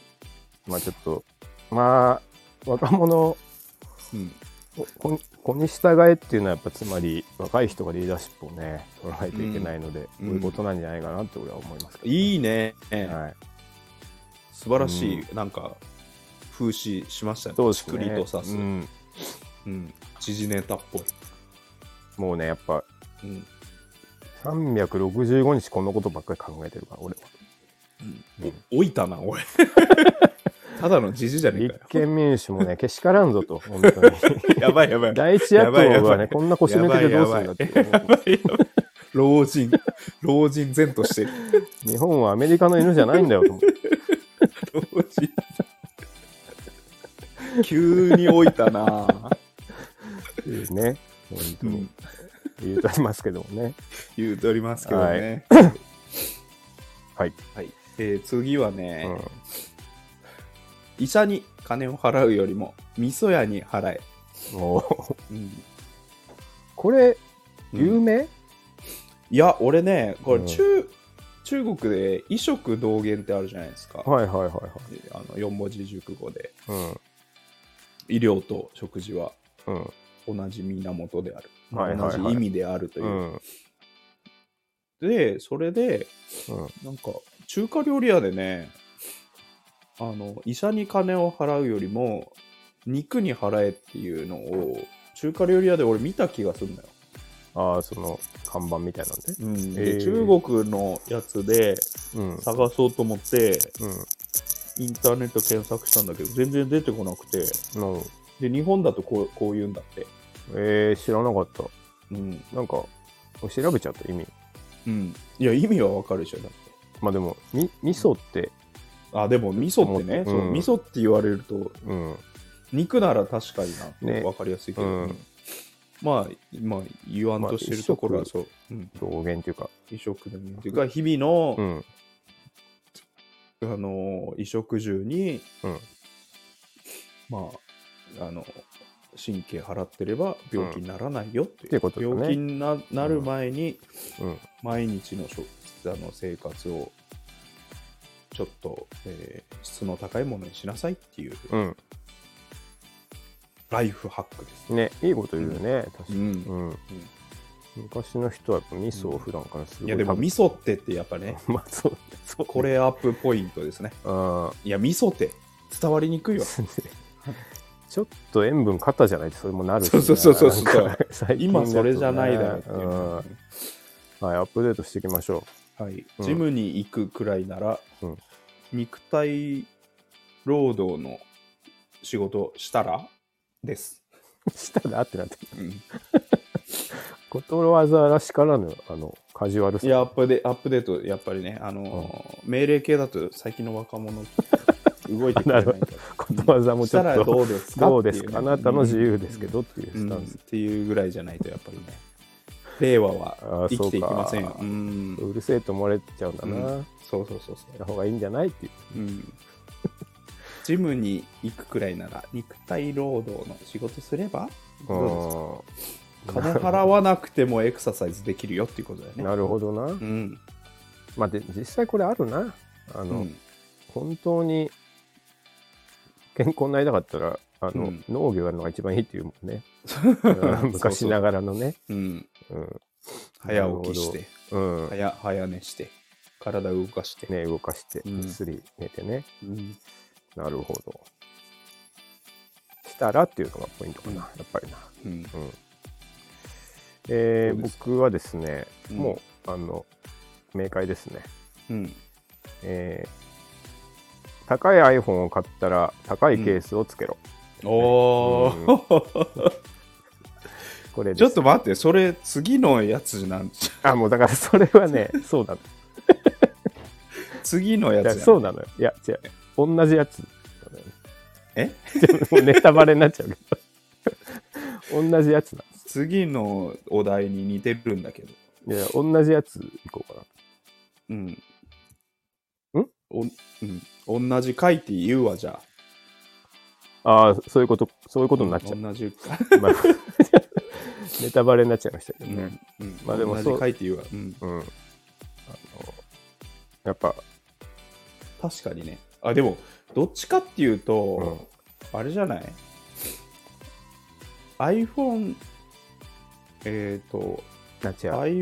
S2: まあちょっとまあ若者
S1: うん
S2: ここに従えっていうのはやっぱつまり若い人がリーダーシップをね取らないといけないので、
S1: うん
S2: こういうことなんじゃないかなって俺は思いますけど、
S1: いいね、
S2: はい、
S1: 素晴らしい、なんか風刺しましたね
S2: そうで
S1: し
S2: す
S1: っく
S2: ね
S1: りと刺す、
S2: う
S1: うん
S2: ん、
S1: 時事ネタっぽい、
S2: もうねやっぱ
S1: うん
S2: 365日このことばっかり考えてるから俺は
S1: お老いたな俺 *laughs* ただの時事じゃねえ
S2: 立
S1: か
S2: 憲民主もねけしからんぞと本当に
S1: *laughs* よ *laughs* やばいやばい
S2: 第一
S1: や
S2: 野党
S1: ば
S2: が
S1: いやばい
S2: ねこんな腰抜けてどうするんだっていうもう
S1: 老人老人前としてる
S2: 日本はアメリカの犬じゃないんだよと
S1: *laughs*
S2: 思って
S1: 老人急に老いたな
S2: ね本当に言うとありますけどもね
S1: 言うとおりますけどね、
S2: はい、
S1: はいえー次はね、
S2: うん
S1: 医者に金を払うよりも味噌屋に払え、
S2: もう
S1: うん
S2: これ
S1: うん
S2: 有名、
S1: いや俺ねこれ
S2: うん
S1: 中、中国で異色同源ってあるじゃないですか、
S2: はいはいはいはい
S1: であの4文字熟語で
S2: うん
S1: 医療と食事は
S2: うん
S1: 同じ源である、
S2: はいはいはい
S1: 同じ意味であるというう、
S2: ん
S1: でそれで
S2: うん
S1: なんか中華料理屋でねあの医者に金を払うよりも肉に払えっていうのを中華料理屋で俺見た気がするんだよ、
S2: ああその看板みたいなんで
S1: うんで
S2: へー
S1: 中国のやつで
S2: うん
S1: 探そうと思って
S2: う
S1: インターネット検索したんだけど全然出てこなくて
S2: んうん
S1: で日本だとこうこう言うんだって
S2: えー、知らなかった
S1: うん、
S2: なんか調べちゃった意味
S1: うん、いや意味はわかるでしょだって
S2: まあでもみ味噌って
S1: あでも味噌ってね、
S2: うん
S1: そう味噌って言われると
S2: うん
S1: 肉なら確かになって
S2: ね
S1: 分かりやすいけど、
S2: うん
S1: まあまあ言わんとしてるところはそう、うん、
S2: 表現っていうか
S1: 異食でもいいっていうか日々の
S2: う、ん
S1: あの衣食住に
S2: うん
S1: まああの神経払ってれば病気にならないよっていう,、
S2: っていうことだね
S1: 病気にななる前に
S2: うん
S1: 毎日の食あの生活をちょっと、えー質の高いものにしなさいっていう
S2: うん
S1: ライフハックです。
S2: ねいいこと言うよね、確か
S1: う
S2: に、
S1: ん
S2: うん昔の人はやっぱ味噌を普段からすごい
S1: いやでも味
S2: 噌
S1: 噌ってってやっぱね
S2: *laughs* まあそうそう
S1: これアップポイントですね
S2: あ
S1: いや味噌って伝わりにくいわ
S2: ー *laughs* ちょっと塩分過多じゃないってそれもなるし
S1: そう
S2: な
S1: そうそうそうそう
S2: なんか最近
S1: 今
S2: だとね
S1: それじゃないだろっていうう、
S2: んはいアップデートしていきましょ
S1: はい、
S2: うん *laughs*
S1: ジムに行くくらいなら、
S2: うん
S1: 肉体労働の仕事したらです、
S2: うしたらってなって
S1: うん
S2: ことわざらしからぬあのカジュアル
S1: い
S2: さ
S1: やアップデアップデートやっぱりね、あのー命令系だと最近の若
S2: *laughs*
S1: 者動いてくれないから
S2: ことわざも
S1: し
S2: ちょ
S1: た
S2: っ
S1: ら
S2: と
S1: どうですか
S2: どう
S1: って
S2: で
S1: い
S2: す
S1: ね
S2: かあなたの自由ですけどっていう
S1: う
S2: ス
S1: ん
S2: タ
S1: っ
S2: ンス、
S1: ていうぐらいじゃないとやっぱりね令和は
S2: あー
S1: 生きていきません
S2: そう
S1: よ
S2: か
S1: うん
S2: うるせえと思われちゃうんだな、
S1: う
S2: や
S1: そうそうそうそ
S2: った方がいいんじゃないっていう
S1: う、うん、ジムに行くくらいなら肉体労働の仕事すればどうですか金払わなくてもエクササイズできるよっていうことだよ
S2: うん
S1: ね
S2: なるほどな、
S1: うん、
S2: まあで実際これあるなあ
S1: う
S2: の、
S1: ん、
S2: 本当に健康になりたかったらあの、
S1: うん
S2: 農業やるのが一番いいっていうも
S1: *laughs*
S2: んねうん昔ながらのね
S1: うん、
S2: うん
S1: 早起きして
S2: うん、
S1: 早早寝して体動かして、
S2: ね動かして
S1: うん
S2: ぐっすり寝てね、
S1: うん
S2: なるほどしたらっていうのがポイントかな、
S1: うん
S2: やっぱりな
S1: うん
S2: うんえー
S1: どうです
S2: 僕はですね、
S1: うん
S2: もうあの明快ですね、
S1: うん、
S2: えー高い iPhone を買ったら高いケースをつけろ、
S1: おー
S2: これで
S1: *laughs*
S2: す
S1: ちょっと待ってそれ次のやつなんじゃ
S2: あもうだからそれはね
S1: *laughs*
S2: そうなの
S1: 次のや
S2: いや
S1: つじゃん
S2: そうなのよいや違う同じやつ *laughs* なのよね
S1: え
S2: もうネタバレになっちゃうけど *laughs* 同じやつだ
S1: 次のお題に似てるんだけど。
S2: いや同じやついこうか
S1: うん。ん
S2: ん
S1: おうん。同じ書いて言うわ、じゃあ。
S2: なああそういうことそういうことになっちゃう、
S1: 同じ。
S2: まあ *laughs* ネタバレになっちゃいましたけ
S1: う
S2: どね、
S1: ん。うん
S2: まあでもそう
S1: 同じ書いて言うわ。うん。
S2: うん。あの、やっぱ、
S1: 確かにね。あ、でも、どっちかっていうと、あれじゃない iPhone、えっ、と、
S2: な違う。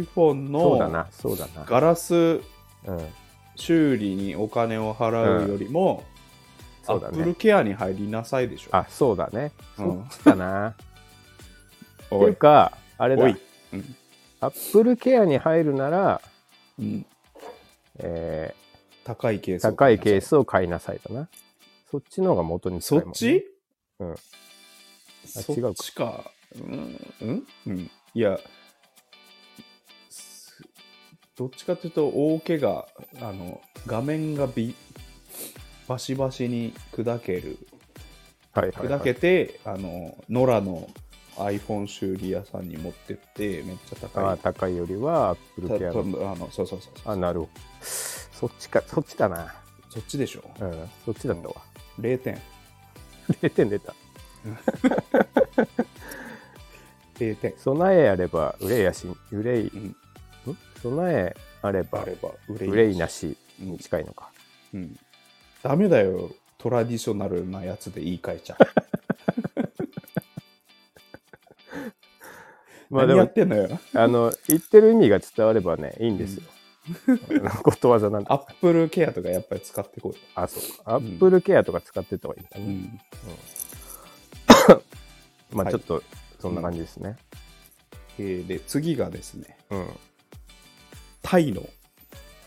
S1: iPhone
S2: そうだ
S1: の
S2: な、そうだな。
S1: ガラス
S2: うん。
S1: 修理にお金を払うよりも、ア
S2: そうだ
S1: ップ
S2: ね
S1: ル。ケアに入りなさいでしょ。
S2: あ、そうだね。
S1: う
S2: そ
S1: ん
S2: うだな。って
S1: お
S2: いう
S1: い、
S2: か、あれだ
S1: おい。。
S2: アップルケアに入るなら、
S1: うん
S2: え
S1: 高いケー
S2: ー
S1: スを
S2: 高
S1: 買なさ
S2: いケースを買いなさいだな。そっちの方が元に近
S1: そ
S2: い
S1: っ
S2: もんね
S1: ち
S2: うん
S1: そ
S2: 違う
S1: っ
S2: か
S1: ちか。うん、うん、うん、いや、すどっちかというと、大怪我、あの、画面がびバシバシに砕ける、
S2: はいはい、
S1: 砕
S2: はい
S1: け。て、あの、野良の iPhone 修理屋さんに持ってって、めっちゃ
S2: あ
S1: 高
S2: ー
S1: い。
S2: 高いよりはアップル
S1: た
S2: ケア
S1: たあ
S2: の。
S1: のそうそうそうそう
S2: あ、なるほど。そっちか、そっちだな。
S1: そっちでしょ、
S2: うん、そっちだったわ。 *laughs*
S1: 0点
S2: 0点出た。
S1: 0点
S2: 備えあれば憂いやし、憂い、
S1: うん
S2: ん備えあれば
S1: あれば憂い
S2: 憂いなし
S1: うん
S2: に近いのか。
S1: うん、ダメだよトラディショナルなやつで言い換えちゃう
S2: *laughs* まあで
S1: 何や
S2: も
S1: っ、てんの
S2: *laughs*
S1: よ
S2: あの、言ってる意味が伝わればね、いいんですよ。 *laughs* あのことわざなん
S1: ア
S2: だ。
S1: ップルケアとかやっぱり使ってこい、
S2: あ、そうか。アップルケアとか使ってった方がいいんだね。
S1: うん、
S2: ま
S1: は
S2: あ
S1: い
S2: ちょっと、そんな感じですね。
S1: えーで次がですね
S2: うん。
S1: タイの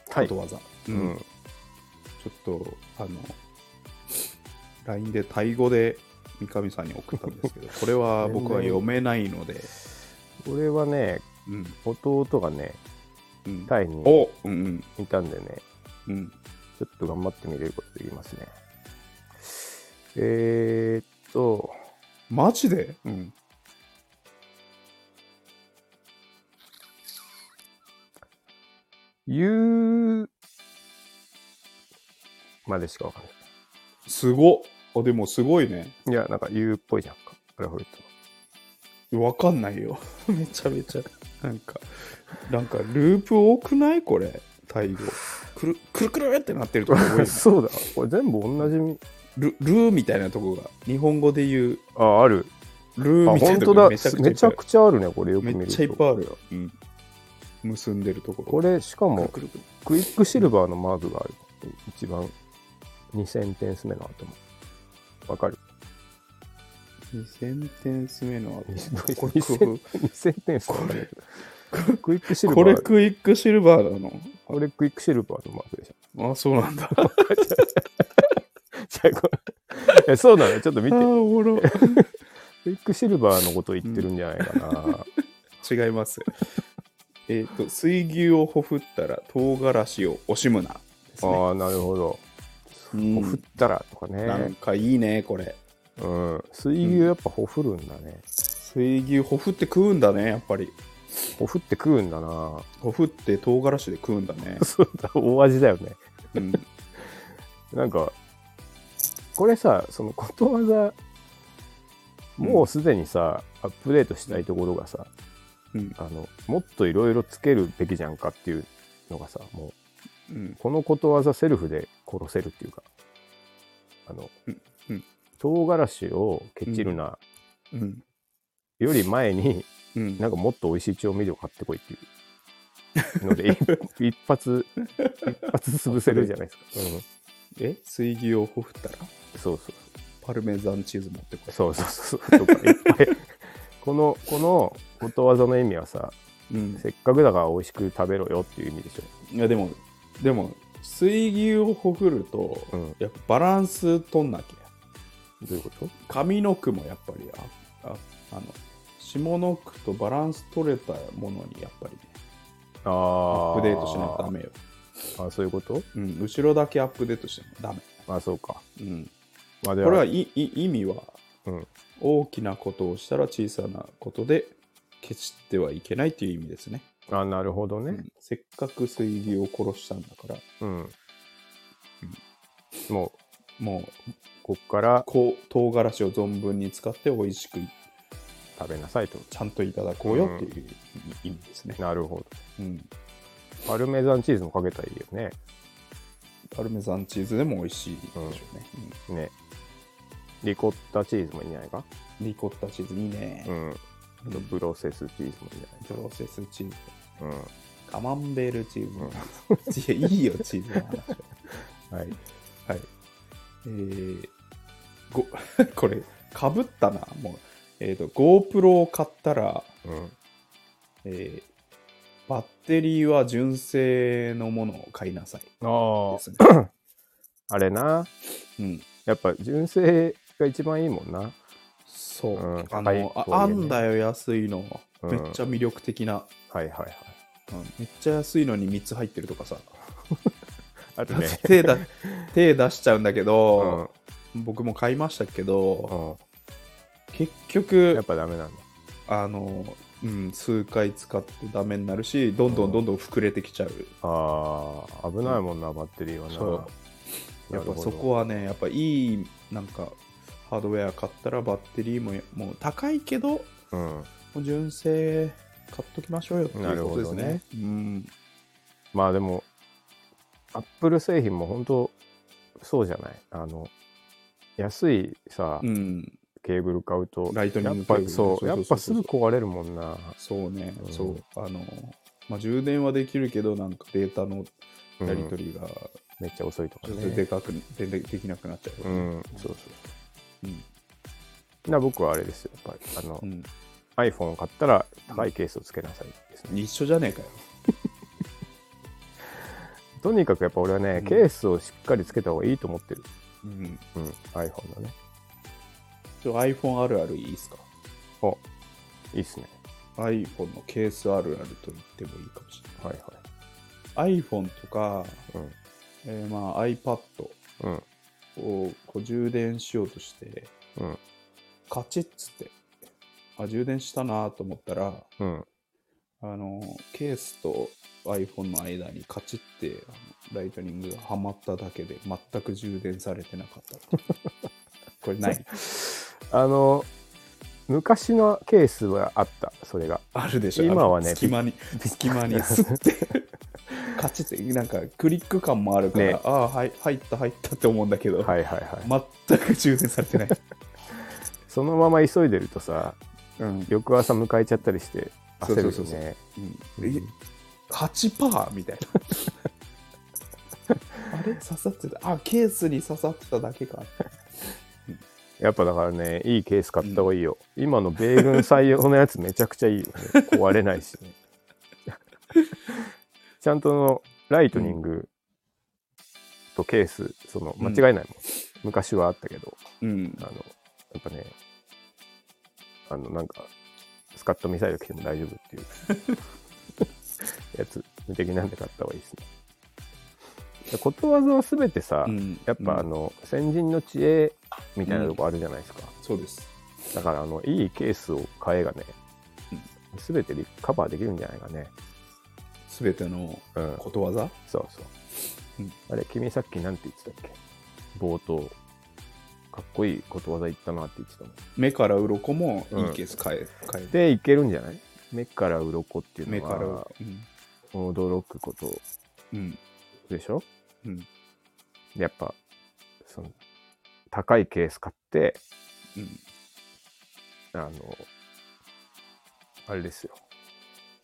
S2: タ
S1: こ
S2: イ
S1: とわざ、
S2: う
S1: うん
S2: ん。
S1: ちょっとあの LINE でタイ語で三上さんに送ったん
S2: *laughs*
S1: ですけどこれは僕は読めないので、
S2: これはね、
S1: うん
S2: 弟がね、
S1: うん、
S2: タイに
S1: おうん
S2: いたんでね、
S1: うんうん
S2: ちょっと頑張ってみることできますね。えー、っと、
S1: マジで、うん、
S2: 言うまでしかわかんない。
S1: すごっあでもすごいね
S2: いや、なんか言うっぽいじゃんか。アルファベット
S1: わかんないよ。めちゃめちゃ。なんか、なんかループ多くないこれ。タイ語。くる、くるくるってなってるとこ多い
S2: の
S1: ね
S2: そうだ。これ全部同じみ。
S1: ル、ルーみたいなとこが。日本語で言う、
S2: あ、ある。
S1: ルー
S2: あ、
S1: みたい
S2: 本
S1: な
S2: 当
S1: と
S2: だ。
S1: こ
S2: め
S1: め
S2: ち
S1: ち
S2: ゃ
S1: ゃくちゃいっ
S2: くちゃあるね、これよく
S1: ぱい。
S2: 見ると。
S1: めっちゃいっぱいあるよ。うん。結んでるところ。
S2: これ、しか
S1: くる
S2: も、
S1: くるくる
S2: クイックシルバーのマークがある。一番、2000点数目の頭。わかる
S1: 二千点数目の後。これ、
S2: 2000 ?2000 点数
S1: これ
S2: クイックシルバ
S1: これ
S2: ー。
S1: クイックシルバーなの
S2: これクイックシルバーのマークでしょ。
S1: あ、そうなんだ。
S2: じゃあこれいやそうなのよちょっと見
S1: あ
S2: て
S1: ー。おもろ。
S2: クイックシルバーのこと言ってるんじゃないかな。
S1: 違います。えっと、水牛をほふったら唐辛子を惜しむな。ですね。
S2: ああ、なるほど。
S1: うん
S2: ほふったらとか
S1: なん
S2: ね。
S1: かいいね、これ。
S2: うん。水牛やっぱほふるんだね。
S1: 水牛、ほふって食うんだね、やっぱり。
S2: ほふって食うんだな。。
S1: ほふって唐辛子で食うんだね
S2: *laughs* そうだ、 *laughs* 大味だよね。
S1: うん、
S2: なんか、これさ、そのことわざ、もうすでにさ、アップデートしたいところがさ、
S1: うん、
S2: あの、もっといろいろつけるべきじゃんかっていうのがさ、もう、
S1: うん、
S2: このことわざセルフで殺せるっていうか、あの、
S1: うんうん
S2: 唐辛子をケチるな、
S1: うん、
S2: より前に、
S1: うん。
S2: なんかもっと美味しい調味料買ってこいってい
S1: *laughs*
S2: うので、一一発、一発潰せるじゃないですか。う
S1: え水牛をほふったら
S2: ん、そうそう
S1: パルメザンチーズ持ってこ
S2: そうそうそうそう。とかいっぱい。この、このことわざの意味はさ、
S1: い。うん。
S2: せっかくだから美味しく食べろよっていう意味でし
S1: いや、でも、でも、水牛をほふると、
S2: ょ。うん。ど
S1: やっぱバランス取んなきゃ。
S2: ういうこと
S1: 上の句もやっぱりあああの下の句とバランス取れたものにやっぱりね
S2: あ
S1: ア
S2: あ。
S1: ップデートしないとダメよ、
S2: あそういうこと
S1: うん、後ろだけアップデートしてもダメ、
S2: あそうか。
S1: うん、
S2: ま
S1: こ
S2: あ、で
S1: れは
S2: は、
S1: いい意味は
S2: うん。
S1: 大きなことをしたら小さなことで決してはいけないという意味ですね、
S2: あなるほど
S1: う
S2: ね。
S1: ん、せっかく水牛を殺したんだから
S2: うん。もう、
S1: もう
S2: こっから
S1: こう唐辛子を存分に使って美味しく
S2: 食べなさいと。
S1: ちゃんといただこうよっていう意味ですね、
S2: なるほ
S1: うん、
S2: ど。パルメザンチーズもかけたらいいよね。
S1: パルメザンチーズでも美味しいでしょうね、うん
S2: ね。リコッタチーズもいいんじゃないか。
S1: リコッタチーズいいね
S2: う。ん。あと、プロセスチーズもいいん
S1: プ
S2: じ
S1: ロセスチーズ。
S2: ゃない。
S1: カマンベールチーズも *laughs* いい。いや、いいよ、チーズの話は。
S2: うん。はい。
S1: はい。えー、ご、 *laughs* これ、かぶったな。もう、えっ、と、GoPro を買ったら、
S2: うん。
S1: えーバッテリーは純正のものを買いなさい。
S2: あ *coughs*
S1: ですね。
S2: あ。あれな。
S1: うん。
S2: やっぱ純正が一番いいもんな。
S1: そう。
S2: うん
S1: あ
S2: 高い
S1: の、あ
S2: こういうね
S1: あんだよ、安いの。
S2: うん
S1: めっちゃ魅力的な、
S2: はいはいはい。
S1: うんめっちゃ安いのに3つ入ってるとかさ。。
S2: あるね
S1: *laughs* 手だ手出しちゃうんだけ
S2: う
S1: ど
S2: ん、。
S1: 僕も買いましたけど、
S2: うん
S1: 結
S2: や
S1: 局
S2: っ、ぱダメなんだ。
S1: あの、うん、数回使ってダメになるし、どんどんどんどん膨れてきちゃう。
S2: ああ、危ないもんな、バッテリーはな。
S1: そうやっぱそこ
S2: は。
S1: はね、やっぱいい、なんか、ハードウェア買ったらバッテリーももう高いけど、も
S2: うん。
S1: う純正買っときましょうよっていうことですね。
S2: なる
S1: うん、
S2: まあでも、アップル製品も本当、そうじゃない。あの、安いさ、
S1: うん、
S2: ケーブル買うと、
S1: ライトニ
S2: や
S1: ン
S2: っ
S1: グ
S2: ぱ
S1: ケーブル
S2: そ
S1: そう
S2: う、
S1: そうそう
S2: やっぱすぐ壊れるもんな。
S1: そうね、
S2: うん
S1: そう、あの、まあ、充電はできるけど、なんかデータの
S2: うん
S1: やり取りが
S2: めっちゃ遅いとか
S1: ちょっとで
S2: ね。
S1: かく、ででできなくなっちゃう。
S2: うん、そう
S1: う
S2: そう。な僕はあれですよ、やっぱり。あの、
S1: ん
S2: iPhone を買ったら高いケースをつけなさいですね。
S1: 一緒じゃねえかよ。
S2: とにかくやっぱ俺はね、
S1: うん
S2: ケースをしっかりつけた方がいいと思ってる。
S1: うん、
S2: うん、iPhone のね。
S1: ちょ iPhone あるあるいいっすか
S2: おいいっすね。
S1: ?iPhone のケースあるあると言ってもいいかもしれない。
S2: はい
S1: iPhone とか、
S2: はい。
S1: えーまあ、iPad
S2: うん、うん、
S1: をこう充電しようとして、
S2: うん、
S1: カチッつって、あ、充電したなと思ったら、
S2: うん。
S1: あの、ケースと iPhone の間にカチッってあのライトニングがはまっただけで全く充電されてなかったって。これない。
S2: あの、昔のケースはあった、それが。
S1: あるでしょ
S2: 今はね
S1: あの隙間に隙間
S2: *laughs*
S1: にすってカチッてなんかクリック感もあるから、
S2: ね
S1: ああはい入った入ったって思うんだけど、
S2: はいはいはい。
S1: 全く充電されて
S2: *laughs*
S1: ない、
S2: そのまま急いでるとさ、
S1: うん
S2: 翌朝迎えちゃったりして、焦るよね。
S1: そうそうそうそううん、え8%みたい
S2: *laughs*
S1: なあれ刺さってたあケースに刺さってただけか
S2: やっぱだからね、いいケース買った方がいいよ。今の米軍採用のやつめちゃくちゃいいよ、ね。
S1: *laughs*
S2: 壊れないしね。ちゃんとのライトニングとケース、その間違いないもん。昔はあったけど、
S1: うん
S2: あの、やっぱね、あの、なんか、スカットミサイル来ても大丈夫っていう
S1: *laughs*
S2: やつ、無敵なんで買った方がいいですね。でことわざはすべてさ、
S1: うん
S2: やっぱあ
S1: うん
S2: の、先人の知恵みたいなとこあるじゃないですか。
S1: そうです
S2: だからあの、いいケースを買えがね
S1: うん、
S2: すべてリカバーできるんじゃないかね。
S1: 全ての
S2: うん、
S1: ことわざ
S2: そうそう。
S1: うん
S2: あれ、君さっきなんて言ってたっけ冒頭。かっこいいことわざ言ったなって言ってたもん。
S1: 目から鱗もいい
S2: うん
S1: ケース変え変えて
S2: で、いけるんじゃない目から鱗ってい
S1: 目
S2: うの
S1: から
S2: は驚くこと
S1: うんうん
S2: でしょ
S1: うん
S2: やっぱ、その、高いケース買って、
S1: うん
S2: あの、あれですよ。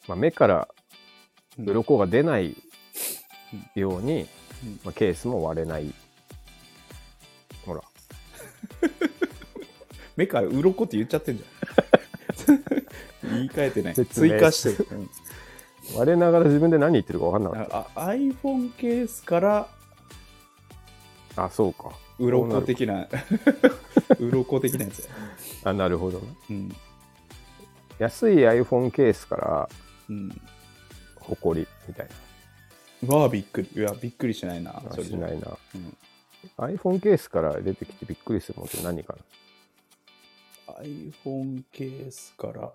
S2: まあ、目から
S1: うん
S2: 鱗が出ないように、
S1: うん
S2: まあ、ケースも割れない。ほら。
S1: 目から鱗って言っちゃってんじ *laughs* ゃん言い換えてない
S2: 説明
S1: 追加してる、うん
S2: 割れながら自分で何言ってるか分かんなかっ
S1: ああ iPhone ケースから
S2: た。あ、そうか。
S1: 鱗的な鱗的なやつだよ、
S2: あ、なるほどね。
S1: うん
S2: 安い iPhone ケースから、
S1: うん、
S2: ほこりみたいな。
S1: うわあびっくりいやびっくりしないな
S2: あ
S1: それ
S2: しないな。
S1: うん
S2: iPhone ケースから出てきてびっくりするものって何か
S1: iPhone ケースから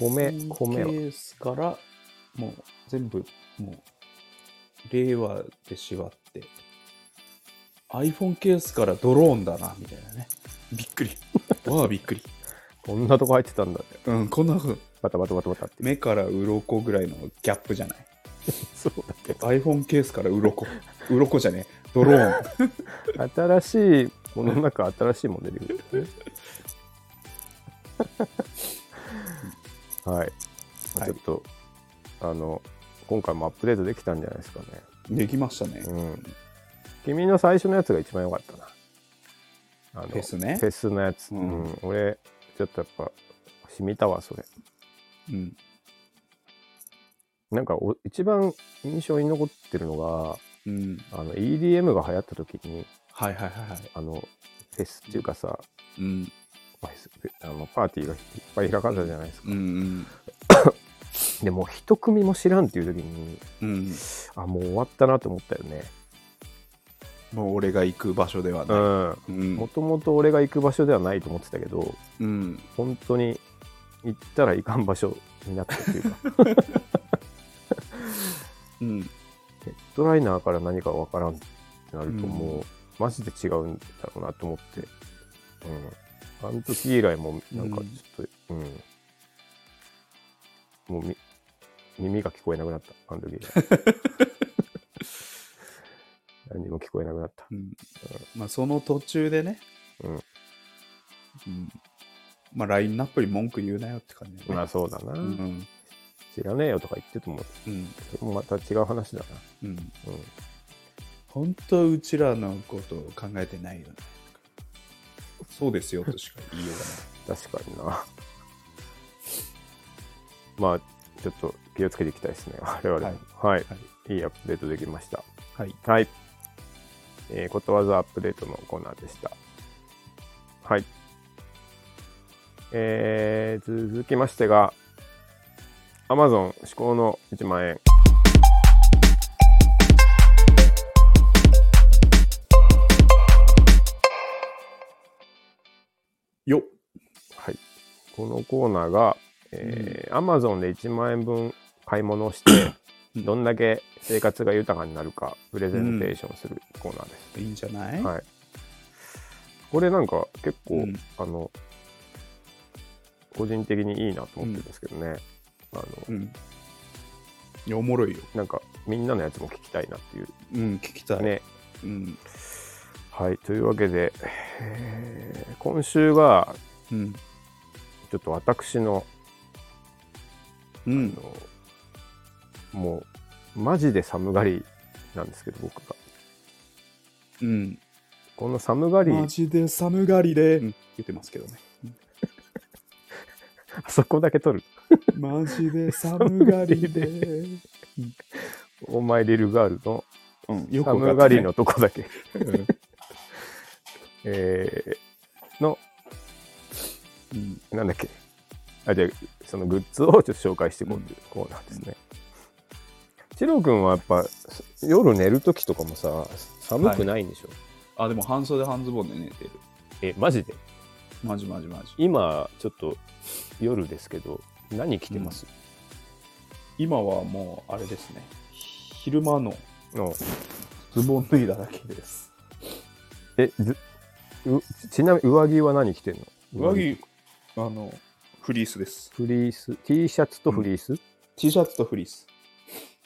S2: 米
S1: iPhone
S2: 米は
S1: ケースからもう全部もう令和で縛って iPhone ケースからドローンだなみたいなねびっく *laughs* りわあびっくり
S2: なこんなとこ入ってたんだって。
S1: うんこんなふう
S2: バタバタバタバタって。
S1: 目から鱗ぐらいのギャップじゃない
S2: そうだけ
S1: iPhone ケースから鱗鱗じゃねえドローン
S2: ど。新しい物の中新しいもの出てくる *laughs* からね。はい。まあ
S1: はい
S2: ちょっと、あの、今回もアップデートできたんじゃないですかね。
S1: *laughs* できましたね。
S2: うん。君の最初のやつが一番良かったな。あの
S1: フェスね
S2: フ。ェスのやつ。う
S1: うん
S2: ん。俺、ちょっとやっぱ、染みたわ、それ。
S1: うん。
S2: なんかお、一番印象に残ってるのが、
S1: うん。
S2: あの、EDM が流行った時に、
S1: はいはいはいはい。
S2: あの、フェスっていうかさ、
S1: うん。
S2: まあフェスフェあのパーティーがいっぱい開かれたじゃないですか
S1: う。ん
S2: でも、一組も知らんっていう時に、
S1: うん。うん。
S2: あ、もう終わったなと思ったよね。
S1: もう俺が行く場所ではない。
S2: う。
S1: うん
S2: も
S1: ん。
S2: ともと俺が行く場所ではないと思ってたけど、
S1: うん。
S2: 本当に行ったらいかん場所になったというか、
S1: うん。
S2: ヘッドライナーから何かわからんってなると、
S1: うん
S2: もう、マジで違うんだろうなと思って、うん。あの時以来も、なんかちょっと、うん。もうみ、耳が聞こえなくなった、あの時以 *laughs* 来。何も聞こえなくなった。
S1: うんまあその途中でね。
S2: うん。
S1: うん。まあラインナップに文句言うなよって感じだね
S2: まあそうだな。
S1: うん。
S2: 知らねえよとか言ってても、
S1: うん。
S2: それもまた違う話だな。
S1: うん。
S2: うん。
S1: 本当うちらのことを考えてないよね。そうですよとしか言いようがない。
S2: 確かにな。 *laughs* まあ、ちょっと気をつけていきたいですね、 *laughs* 我々も。はい。、
S1: はい
S2: いアップデートできました。
S1: はい。
S2: はい。えーことわざアップデートのコーナーでした。はい。えー続きましてが、Amazon 至高の1万円。
S1: よっ
S2: はい。このコーナーが、えー Amazon で1万円分買い物をして、
S1: うん
S2: どんだけ生活が豊かになるか、プレゼンテーションするコーナーです。
S1: いいんじゃない、
S2: はい。これなんか結構、
S1: うん
S2: あの、個人的にいいなと思ってるんですけどね。あの、
S1: うん。いや、おもろいよ。
S2: なんかみんなのやつも聞きたいなっていう。
S1: うん、聞きたい。
S2: ね。
S1: うん。
S2: はい。というわけで、えー今週は
S1: うん。
S2: ちょっと私の、
S1: う
S2: あ
S1: ん。
S2: の、もう、マジで寒がりなんですけど、僕が。
S1: うん。
S2: この寒がり、
S1: マジで寒がりで、言ってますけどね。
S2: あそこだけ取る。
S1: マジ *laughs* で寒がりで。
S2: オーマイリルガールの
S1: うん、よくわか
S2: 寒
S1: った
S2: が
S1: ね
S2: りのとこだけ。
S1: うん
S2: *laughs* えーの、
S1: うん。
S2: なんだっけ。あ、じゃあそのグッズをちょっと紹介していこうというコーナーですね。チロ君はやっぱす夜寝るときとかもさ、寒くないんでしょ、
S1: あ、でも半袖半ズボンで寝てる。
S2: え、マジで
S1: マジマジマジ。
S2: 今、ちょっと夜ですけど、何着てます、
S1: 今はもう、あれですね。昼間の
S2: の
S1: ズボン脱いだだけです。
S2: えずう、ちなみに上着は何着てんの
S1: 上着、あの、フリースです。
S2: フリース、T シャツとフリース、
S1: T シャツとフリース。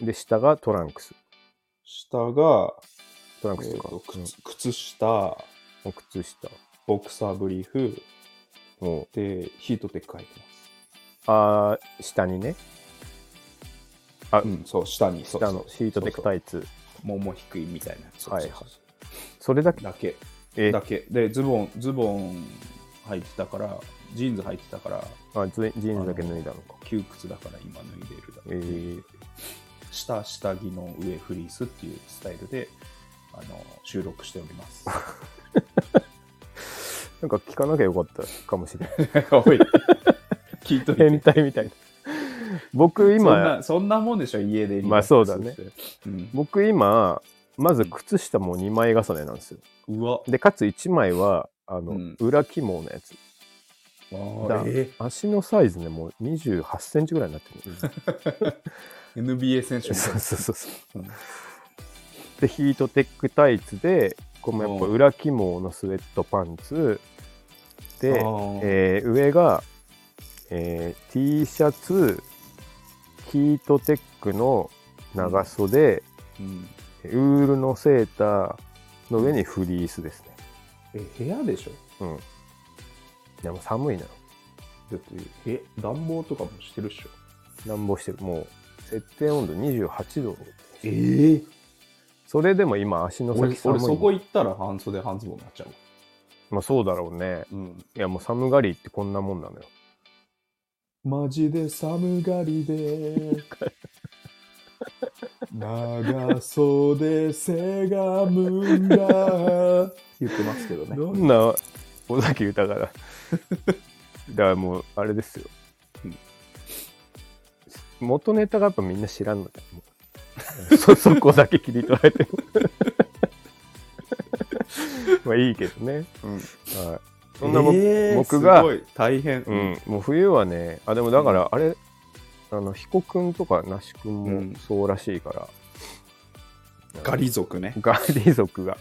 S2: で、下がトランクス。
S1: 下が、
S2: トラン
S1: え
S2: クスと
S1: ー
S2: か、
S1: と靴靴下、
S2: うん靴下。
S1: ボクサーブリーフ、
S2: も
S1: で、ヒートテック入って
S2: う、あー下にね、
S1: ます。うん、そう、下に、そう
S2: 下のヒートテックタ
S1: イ
S2: イツ。
S1: もも低いみたいなやつ。
S2: はいはい
S1: そうそうそう
S2: それだけ、
S1: だけ。
S2: え
S1: だけ。で、ズボン、ズボン履いてたから、ジーンズ履いてたから、
S2: あジーンジーンズだけ脱いだのか。
S1: 窮屈だから今脱いでるだけ。
S2: えー
S1: 下、下着の上フリースっていうスタイルで、あの、収録しております。 *laughs*
S2: なんか聞かなきゃよかったかも
S1: *laughs*
S2: しれない。
S1: おい聞いといて。
S2: 変態みたいな。僕
S1: そんな
S2: 今、
S1: そんなもんでしょ、家でリラックスして。
S2: まあそうだね
S1: うん。
S2: 僕今、まず靴下も2枚重ねなんですよ。
S1: うわ。
S2: で、かつ1枚は、あの、
S1: うん
S2: 裏起毛のやつ。
S1: あ
S2: だ
S1: ーえ
S2: 足のサイズね、もう28センチぐらいになってる。
S1: ー NBA 選手みたい
S2: *laughs* そうそうそうそ
S1: う
S2: う。
S1: ん
S2: で、ヒートテックタイツで、このやっぱ裏起毛のスウェットパンツで、
S1: あー
S2: えー上が、えー T シャツヒートテックの長袖、
S1: うん
S2: ウールのセーターの上にフリースですね
S1: え、部屋でしょ
S2: うん。でも寒いのよ。
S1: だって、え、暖房とかもしてるっしょ
S2: 暖房してる。もう、設定温度28度。
S1: ええ
S2: それでも今、足の
S1: 俺
S2: 先寒い
S1: 俺
S2: の。
S1: そこ行ったら半袖半ズボンになっちゃうわ
S2: まあそうだろうね。
S1: うん。
S2: いや、もう寒がりってこんなもんなのよ。
S1: マジで寒がり *laughs* で。長袖せがむんだ。言ってますけどね。
S2: どんな尾崎
S1: *laughs*
S2: 豊だ。だからもう、あれですよ
S1: うん。
S2: 元ネタがやっぱみんな知ら
S1: *laughs*
S2: んのよ。もうそ、そこだけ切り取られても。まあいいけどね。はい、そんな僕,、
S1: えー
S2: 僕が
S1: すごい大変。
S2: う。ん、もう冬はね、あ、でもだからあれ、あの、彦君とか那須君
S1: うん
S2: もそうらしいから、
S1: ガリ族ね。
S2: ガーリ族が。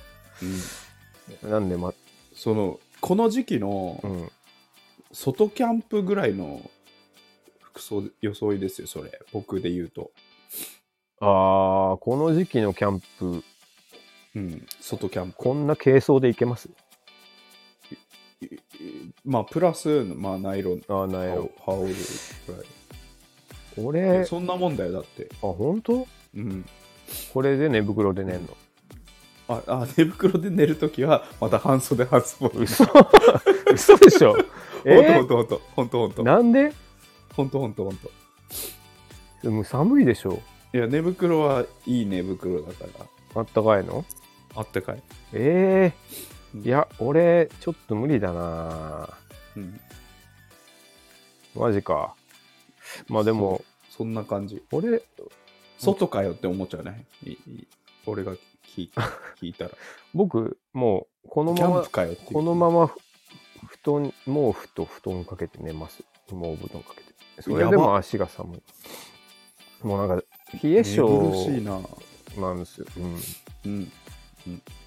S1: うん
S2: なんで、ま、
S1: その、この時期の
S2: うん。
S1: 外キャンプぐらいの服装、装いですよ、それ。僕で言うと。
S2: ああ、この時期のキャンプ、
S1: うん。外キャンプ。
S2: こんな軽装で行けます
S1: まあ、プラス、まあ、ナイロン、
S2: ああ、な
S1: 羽
S2: いよ。
S1: 織るぐらい。い
S2: 俺、
S1: や
S2: あ、
S1: そんなもんだよ、だって。
S2: 本当
S1: うん。
S2: これで寝袋で寝んの。
S1: あ、あ寝袋で寝るときは、また半袖半ズボン。
S2: 嘘 *laughs* 嘘で
S1: *laughs*
S2: しょえ
S1: ほんとほんとほんとほんと
S2: ー、なんで
S1: ほんとほんとほんと。
S2: もう寒いでしょ
S1: いや、寝袋はいい寝袋だから、
S2: あったかいの
S1: あったかい。
S2: ええ
S1: うん
S2: いや、俺、ちょっと無理だな
S1: うん。
S2: マジか。まあでも、
S1: そんな感じ。
S2: 俺、
S1: 外かよって思っちゃうね。いい俺が聞
S2: *laughs*
S1: い聞いたら。
S2: 僕、もう、この
S1: キ
S2: ま
S1: ャン
S2: ま
S1: プ、かよっていう。
S2: このまま、ふ布団、毛布と布団かけて寝ます。羽毛布団かけて。それで
S1: や
S2: も足が寒い。もうなんか、冷え
S1: 寝
S2: 性
S1: 苦しいな。
S2: なんですよ。うん
S1: うん。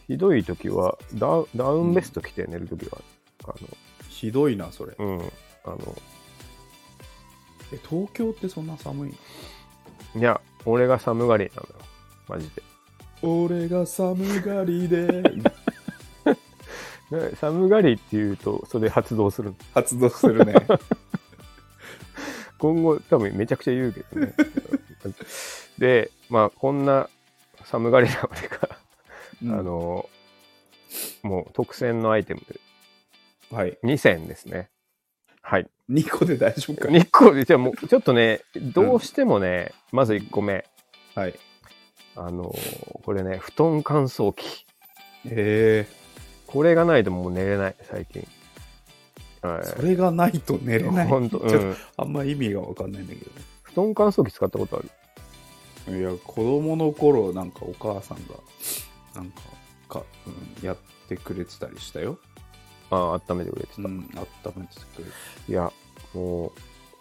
S2: ひどい時はダ、ダウンベスト着て寝る時は、
S1: ひどいな、それ
S2: あ。の、うん、あの、
S1: え、東京ってそんな寒いの
S2: いや、俺が寒がりなのよ。マジで。
S1: 俺が寒がり
S2: *laughs*
S1: で
S2: ね寒がりっていうと、それ発動するの。
S1: 発動するね。
S2: 今後、多分めちゃくちゃ言うけどね。で、まあ、こんな寒がりな俺が、
S1: うん
S2: *laughs* あ、の、もう特選のアイテム
S1: はい。
S2: 2選ですね。はい。
S1: 2個で大丈夫か。
S2: 2個で、じゃあもうちょっとね、どうしてもね、まず1個目。
S1: はい。
S2: あの、これね、布団乾燥機。
S1: へえ
S2: これがないともう寝れない、最近。はい。
S1: それがないと寝れ *laughs* ない。
S2: ほんとう
S1: ちょっと
S2: ん。
S1: あんま意味がわかんないんだけ
S2: 布団乾燥機使ったことある
S1: ど。いや、子供の頃、なんかお母さんが、なんか、かうん、やってくれてたりしたよ。
S2: ああ、温めてくれて
S1: う
S2: た。
S1: ん、温めてくれて。
S2: いや、もう、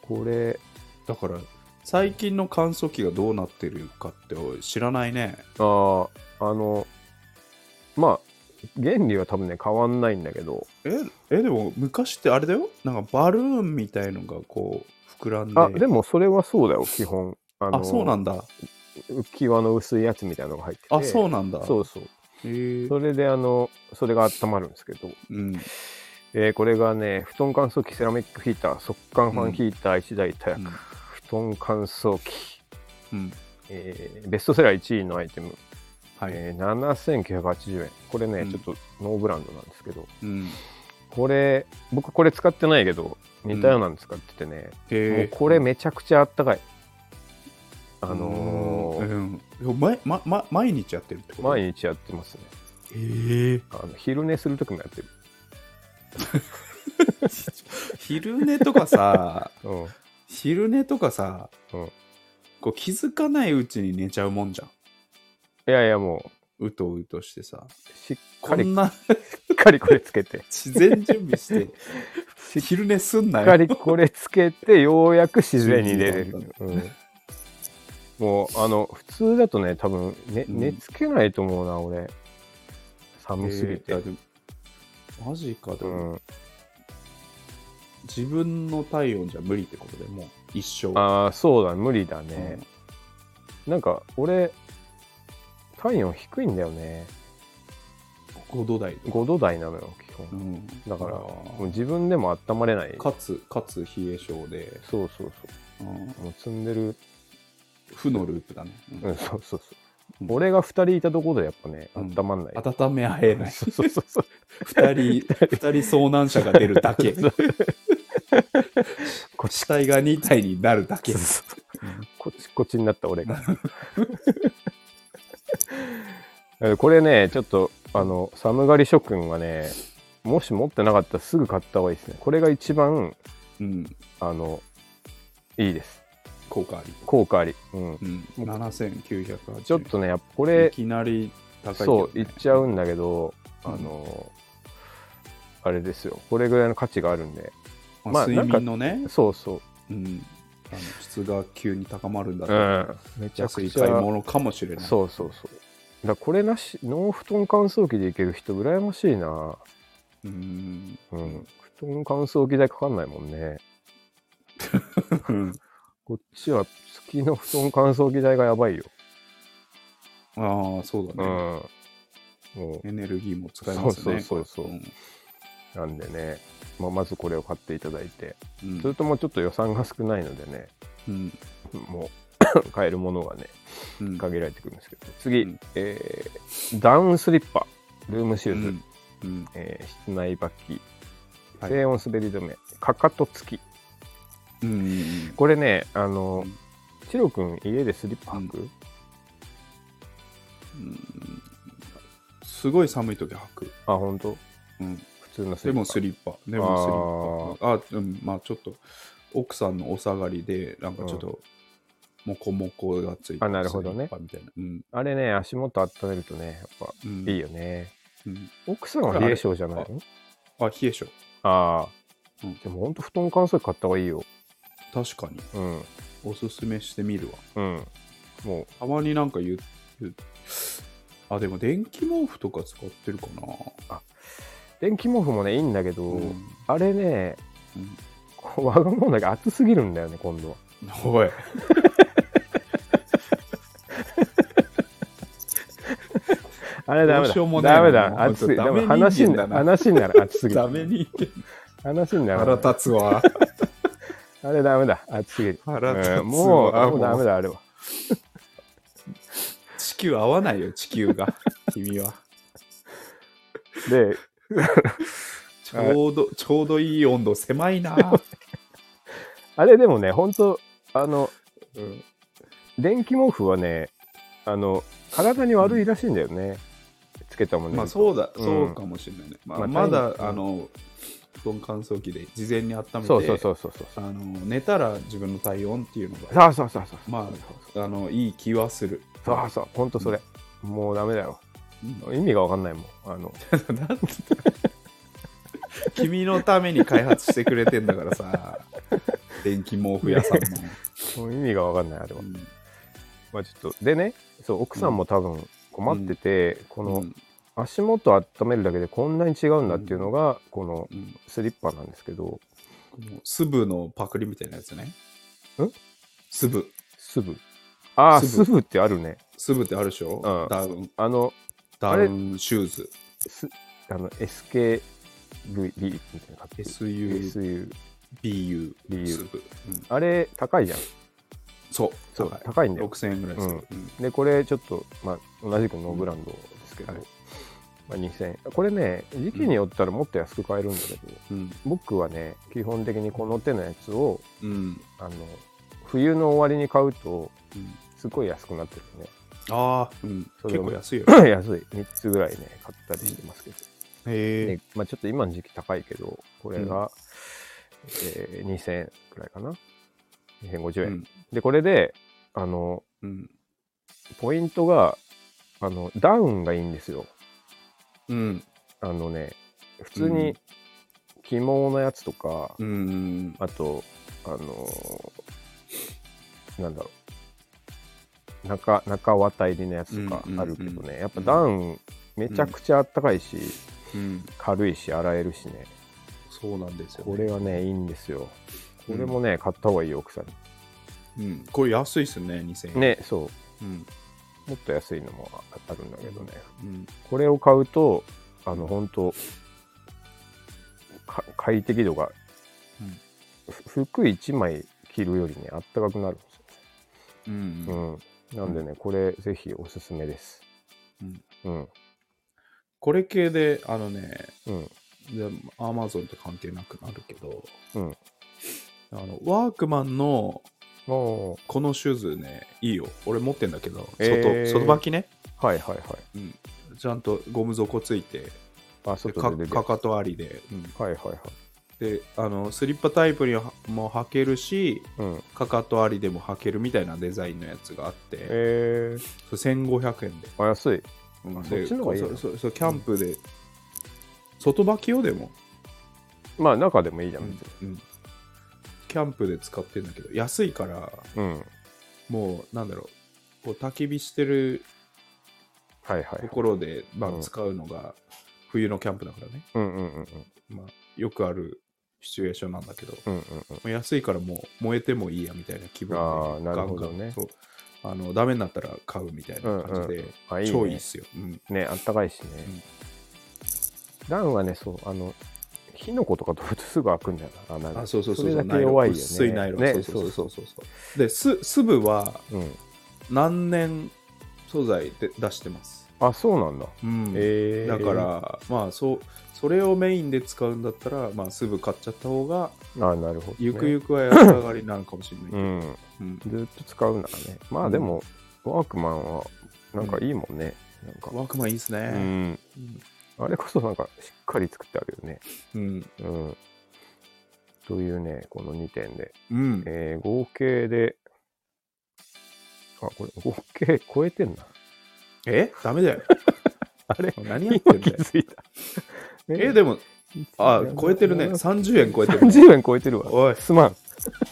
S2: これ、
S1: だから、最近の乾燥機がどうなってるかって知らないね。
S2: ああ、あの、まあ、原理は多分ね、変わんないんだけど、
S1: え、え、でも昔ってあれだよなんかバルーンみたいのがこう、膨らんで。
S2: あ、でもそれはそうだよ、基本。あ
S1: あ、そうなんんだ。
S2: 浮き輪の薄いやつみたいなのが入ってて。
S1: あ、そううなんだ。。
S2: そううそう。
S1: へえ
S2: それで、あの、それが温まるんですけど、
S1: うん。
S2: えーこれがね、布団乾燥機、セラミックヒーター、速乾ファンヒーター1台と、
S1: うん
S2: 布団乾燥機、
S1: うん。
S2: えーベストセラー1位のアイテム、
S1: はい。
S2: えー7980円。これね、
S1: うん
S2: ちょっとノーブランドなんですけど、
S1: うん。
S2: これ、僕これ使ってないけど、似たようなの使っててね、も
S1: へ
S2: う
S1: え。
S2: これめちゃくちゃあったかい。あ
S1: あ
S2: のー
S1: うん、毎、まま、毎日やってるってこと
S2: 毎日やってますね。
S1: へえ
S2: あの昼寝するときもやってる。
S1: *laughs* 昼寝とかさ
S2: うん。
S1: 昼寝とかさ、
S2: うん
S1: こう気づかないうちに寝ちゃうもんじゃん
S2: いやいや、も
S1: うとうとしてさ
S2: う、しっ
S1: こ
S2: かり、し
S1: んな
S2: っかりこれつけて、し
S1: 事前準備して
S2: *laughs*
S1: 昼寝すんな
S2: っか
S1: よ
S2: りこれつけて、ようやく自然に寝れ
S1: 自然に
S2: る。うんもう、あの、普通だとね、多分寝、
S1: うん
S2: 寝つけないと思うな、俺。寒すぎ
S1: へえ。
S2: て
S1: でもマジかで
S2: う
S1: も、
S2: ん。
S1: 自分の体温じゃ無理ってことでもう一生
S2: ああ、そうだ、無理だ
S1: う
S2: ね
S1: ん。
S2: なんか、俺、体温低いんだよね。
S1: 5度台とか
S2: 5度台なのよ、基
S1: うん、
S2: だからもう自分でも温まれない。
S1: かつかつ冷え性で、
S2: そうそう
S1: うん
S2: そう。もう積んでる。
S1: 負のループだね、うん
S2: うん、そうそうそうう。
S1: ん
S2: 俺が2人いたところでやっぱね、
S1: うん
S2: 温まんない。
S1: 温め合えない
S2: そうそうそうそう。
S1: 2人2人遭難者が出るだ
S2: *laughs*
S1: け死体が2体になるだけ
S2: こっちこっちになった俺が。 *laughs* えこれね、ちょっと、あの、寒がり諸君はね、もし持ってなかったらすぐ買った方がいいですね。これが一番、
S1: うん
S2: あの、いいです。
S1: 効果あり、
S2: 効果あり。う
S1: う
S2: ん。
S1: ん、7980円
S2: ちょっとね、やっぱこ
S1: い
S2: れ、
S1: きなり高いけどね、
S2: そう、いっちゃうんだけど、あの、あれですよ。これぐらいの価値があるんで。
S1: まあ
S2: まあ
S1: 睡眠のね、
S2: そうそう。
S1: うん、あの質が急に高まるんだ
S2: う
S1: と
S2: ん。めちゃ
S1: 安
S2: く
S1: い
S2: ち
S1: 買い
S2: ゃ。
S1: 物かもしれない
S2: そうそうそう。だからこれなし、ノー布団乾燥機でいける人、羨ましいな。
S1: ううん
S2: うん。布団乾燥機代かかんないもんね。こっちは月の布団乾燥機代がやばいよ。
S1: ああそう
S2: う
S1: だ
S2: ん
S1: ね、。
S2: も
S1: エネルギーも使いますね
S2: そうそうそうそうんう、なんでね。まあ、まずこれを買っていただいて。
S1: うん
S2: それともうちょっと予算が少ないのでね、
S1: うん
S2: もう *coughs* 買えるものがね、
S1: うん
S2: 限られてくるんですけど。次、
S1: うん
S2: えーダウンスリッパ、ルームシューズ、
S1: うんうん
S2: えー室内履き、
S1: はい
S2: 静音滑り止め、かかと付き。
S1: うんうん
S2: これね、あの
S1: うん、
S2: チロ君、家でスリッパ履く、
S1: うんすごい寒い時履く、
S2: あ、本当
S1: うん、
S2: 普通のスリ
S1: で
S2: ッパ。
S1: もスリッパでもスリッパあうんまあちょっと奥さんのお下がりでなんかちょっとモコモコがついて
S2: あなるほどね
S1: みたいなうん
S2: あれね、足元温めるとね、やっぱ
S1: うん
S2: いいよね。
S1: うん
S2: 奥さんは冷え性じゃないの
S1: あ冷え性
S2: ああ、
S1: うん
S2: でも本当布団乾燥機買った方がいいよ。
S1: 確かに
S2: うん。
S1: おすすめしてみるわ
S2: うん。も
S1: たまになんか言う言うあでも電気毛布とか使ってるかな
S2: う、電気毛布もね、いいんだけど、
S1: うん
S2: あれね、
S1: うん
S2: こうわがもんだけ熱すぎるんだよね、今度は。
S1: おい
S2: あれ
S1: ど
S2: ダメ
S1: う
S2: だ。
S1: しようもない
S2: ダメ
S1: もう
S2: だ。
S1: 本当
S2: 熱すぎ
S1: ダメ
S2: でも話に
S1: 人間だな
S2: 話にな
S1: *laughs*
S2: ら熱すぎる。
S1: ダメ
S2: *laughs*
S1: に
S2: 話になら
S1: 腹
S2: ない。
S1: 立つ
S2: *laughs*
S1: わ
S2: あれダメだ。熱すぎる。
S1: 腹立つ
S2: うんもう、
S1: わ
S2: もうダメだ、あれは。
S1: 地球合わないよ地球
S2: *laughs*
S1: が君は
S2: で、
S1: ちょうどちょうどいい温度狭いな、
S2: あれでもね、本当あの、
S1: うん
S2: 電気毛布はね、あの、体に悪いらしいんだよね。つけたもんね。
S1: まあそうだ、
S2: うん
S1: そうかもしれないね、まあ
S2: まあ
S1: まだ
S2: 体温
S1: あの布団乾燥機で事前に温めて
S2: そうそうそうそうそう。
S1: あの寝たら自分の体温っていうのが
S2: そうそうそうそう。
S1: ま
S2: そう
S1: あのいい気はする
S2: そうそうそう、ほんとそれ。もうダメだよ。
S1: うん
S2: 意味がわかんないもん。あの、
S1: *laughs* なんて君のために開発してくれてんだから
S2: *laughs*
S1: さ電気毛布屋さんも、
S2: もう意味がわかんない、あれは
S1: う。ん
S2: まあちょっと、でね、そう、奥さんも多分困ってて、こ
S1: う
S2: の
S1: ん
S2: 足元温めるだけでこんなに違うんだっていうのが、この
S1: うん
S2: スリッパなんですけど、
S1: もう粒のパクリみたいなやつね
S2: ん
S1: 粒
S2: すぶ。ああ、
S1: すぶ
S2: すぶってあるね。
S1: 粒ってあるでしょ、
S2: うん
S1: ダウン
S2: あの、
S1: ダウンシューズ
S2: すあの SKV みたいな感じ。
S1: SUBU
S2: SU。
S1: 粒、うん、
S2: BU あれ、高いじゃん。
S1: そう
S2: そう
S1: 高い
S2: 高いんだよ。
S1: 6000円ぐらいする、
S2: で、これちょっと、まあ、同じくノーブランドですけど、
S1: うんはい
S2: まあ、2000円。これね、時期によったらもっと安く買えるんだけど、
S1: うん
S2: 僕はね、基本的にこの手のやつを、
S1: うんうん
S2: あの、冬の終わりに買うと、
S1: うん
S2: すごい安くなってるね。
S1: ああ、うん、
S2: それ
S1: 結
S2: を
S1: 構安いよ
S2: *clears throat* 安い。3つぐらいね、買ったりしてますけど。
S1: へえ
S2: でまあ、ちょっと今の時期高いけど、これが、えー2000円くらいかな。2050円。
S1: うん
S2: で、これで、あの、
S1: うん
S2: ポイントが、あの、ダウンがいいんですよ。
S1: うん
S2: あのね、普通
S1: うん
S2: に、起毛のやつとか、
S1: うんうん
S2: あと、あのーなんだろう、中、中綿入りのやつとか
S1: うんうんうん
S2: あるけどね、やっぱダウン、めちゃくちゃあったかいし、
S1: うん
S2: 軽いし、洗えるしね、
S1: そうなんですよ、ね、
S2: これがね、いいんですよ。これもね、買った方がいいよ、奥さんに。
S1: うん、これ安いっすね、2000円。。
S2: ね、そ
S1: うん。
S2: う、もっと安いのもあるんだけどね、
S1: うん。
S2: これを買うと、あの、本当か快適度が、
S1: うん
S2: ふ服1枚着るよりねあったかくなるんですよ
S1: うんうん
S2: うん、なんでね、これぜひおすすめです。
S1: うん
S2: うん、
S1: これ系で、あのね、
S2: うん、
S1: でアマゾンと関係なくなるけど、
S2: うん
S1: あのワークマンの
S2: も
S1: このシューズね、いいよ。俺持ってんだけど、外、
S2: えー
S1: 外履きね。
S2: う、はいはいはい。
S1: うん。ちゃんとゴム底ついて、
S2: あ、
S1: で
S2: 外
S1: か
S2: で出て
S1: かかとありで、うん
S2: はいはいはい。
S1: で、あの、スリッパタイプにも履けるし、
S2: うん、
S1: かかとありでも履けるみたいなデザインのやつがあって、
S2: え
S1: それ1500円で。
S2: ー、あ安い。あそっ
S1: で
S2: ちの方がいいな
S1: そうそうそうキャンプで、外履きをでも、
S2: まあ中でもいいじゃん。別に
S1: うんキャンプで使ってんだけど安いから
S2: うん、
S1: もうなんだろうこう焚き火してる
S2: はいはい。
S1: ところで、ま
S2: う
S1: あ、
S2: ん
S1: 使うのが冬のキャンプだからね、
S2: うんうんうん
S1: まあ、よくあるシチュエーションなんだけど
S2: うんうんうん
S1: もう安いからもう燃えてもいいやみたいな気分
S2: あー
S1: で
S2: なるほどね
S1: そうあのダメになったら買うみたい
S2: うん
S1: な感じで、
S2: うん。あいい
S1: 超いい
S2: ね
S1: っ。すよ、うん
S2: ね、あったかいしね。ダウンはね、そう、あの。火の粉とかと普通すぐ開くんだよな。あ、なんか
S1: あそうそうそう
S2: れ
S1: そう
S2: だけ弱いよね。
S1: 水ナイロン、
S2: ね、
S1: そうそうそうそうそうです粒は
S2: そう。うん。
S1: 何年素材で出してます、
S2: あ、そうなんだ。
S1: うん
S2: えー、
S1: だから、まあそうそれをメインで使うんだったら、まあ、すぐ買っちゃった方が
S2: あ、なるほど、ね。
S1: ゆくゆくは安上がりになるかもしれないけ
S2: う
S1: ど、
S2: ん。
S1: うん
S2: ずっと使うならね。まあでも、ワークマンはなんかいいもんね。なんか。
S1: ワークマンいいっす
S2: う
S1: ね、う
S2: ん。
S1: ん
S2: あれこそなんかしっかり作ってあるよね。
S1: うん
S2: うん。というね、この2点で。
S1: うん
S2: えー、合計で、あ、これ合計超えてんな。
S1: えダメだ *laughs* よ
S2: あれ
S1: 何や
S2: 今
S1: ってん
S2: 気
S1: だよ
S2: づい *laughs* た。
S1: えでもあ超えてるね
S2: 30
S1: 30円超えてるね
S2: 30円超えてるわ。
S1: おい
S2: すまん。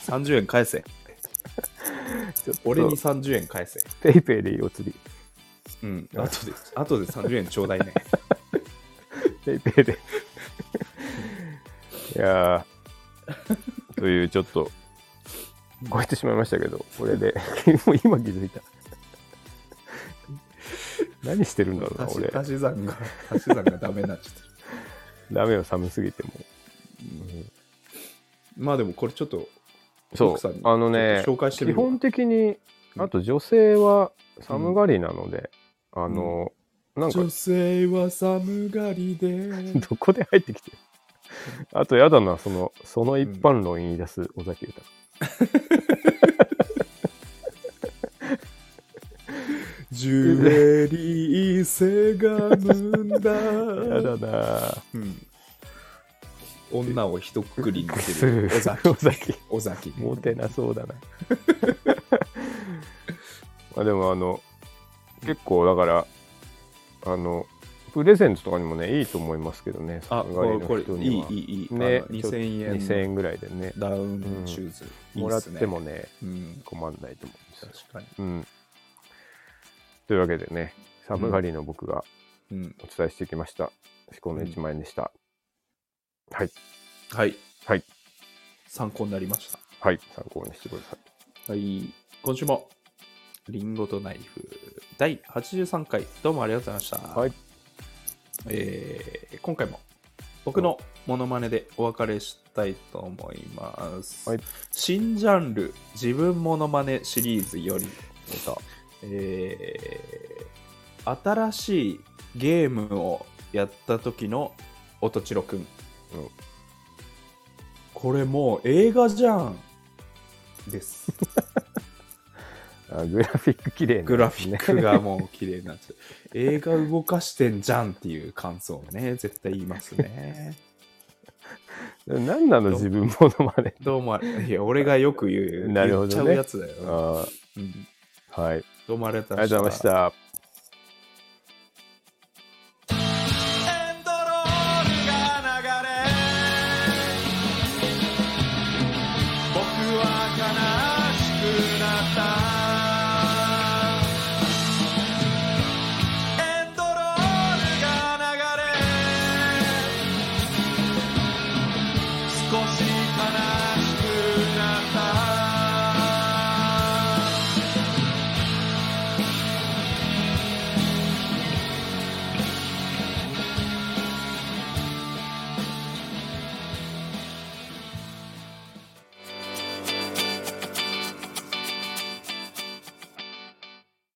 S1: 30円返せ
S2: ちょっと
S1: 俺に30円返せ
S2: ペイペイでいいお釣り。
S1: うんあとであとで30円ちょうだい *laughs* ね
S2: ペイペイで。 *laughs* いやー、というちょっと、超えてしまいましたけど、これで、 *laughs* もう今気づい
S1: *laughs*
S2: た。何してるんだろうな、
S1: 足
S2: 俺
S1: し。足し算が足し算がダメになっちゃってる
S2: ダメよ、寒すぎても
S1: まあでもこれちょっと
S2: う。そ
S1: 奥さん
S2: う
S1: に、
S2: あのね
S1: ちょっと紹介してみ
S2: 基
S1: るわ
S2: 本的に、あと女性は寒がりなので、あの、なんか
S1: 女、性は寒がりで
S2: *laughs*
S1: *laughs*
S2: どこで入ってきてるあと、やだな、その、その一般論言い出す尾崎豊。
S1: ジュエリーせがむんだ、
S2: やだな
S1: うん女を一括りにす
S2: す
S1: る *laughs*
S2: る
S1: 尾崎
S2: *laughs* 尾崎
S1: 尾崎
S2: モテなそうだな *laughs* まあでもあの結構だからあのプレゼントとかにもねいいと思いますけどね
S1: あ
S2: 寒
S1: こ
S2: がり
S1: れ
S2: の
S1: これ
S2: 人
S1: い
S2: に
S1: い
S2: はい
S1: いいい、
S2: ね
S1: あの2000円
S2: 2000円ぐらいでね
S1: ダウンシューズ、いい
S2: もらっ
S1: すね
S2: てもね
S1: うん
S2: 困んないと思うんですよ
S1: 確かに、
S2: うん、というわけでね寒がりの僕が
S1: うん、
S2: お伝えしてきました「思考の一万円」でした、はい
S1: はい
S2: はい
S1: 参考になりまし
S2: はい参考にしてください
S1: たはい今週もリンゴとナイフ第83回どうもありがとうございました
S2: はい
S1: えー今回も僕のモノマネでお別れしたいと思います、
S2: はい
S1: 新ジャンル自分モノマネシリーズより、
S2: また
S1: えー新しいゲームをやった時の音千代くん、
S2: うん
S1: これもう映画じゃん
S2: *laughs*
S1: です
S2: あグラフィック綺麗な、ね、
S1: グラフィックがもう綺麗になっちゃう。映画動かしてんじゃんっていう感想をね、絶対言いますね。
S2: *laughs* 何なの自分ものまね。
S1: どうもあり、いや、俺がよく言う、
S2: なるほどね
S1: 言っちゃうやつだよ。
S2: あ
S1: うん
S2: ーはい。
S1: どうもありがと
S2: あ
S1: う
S2: りがとうございました。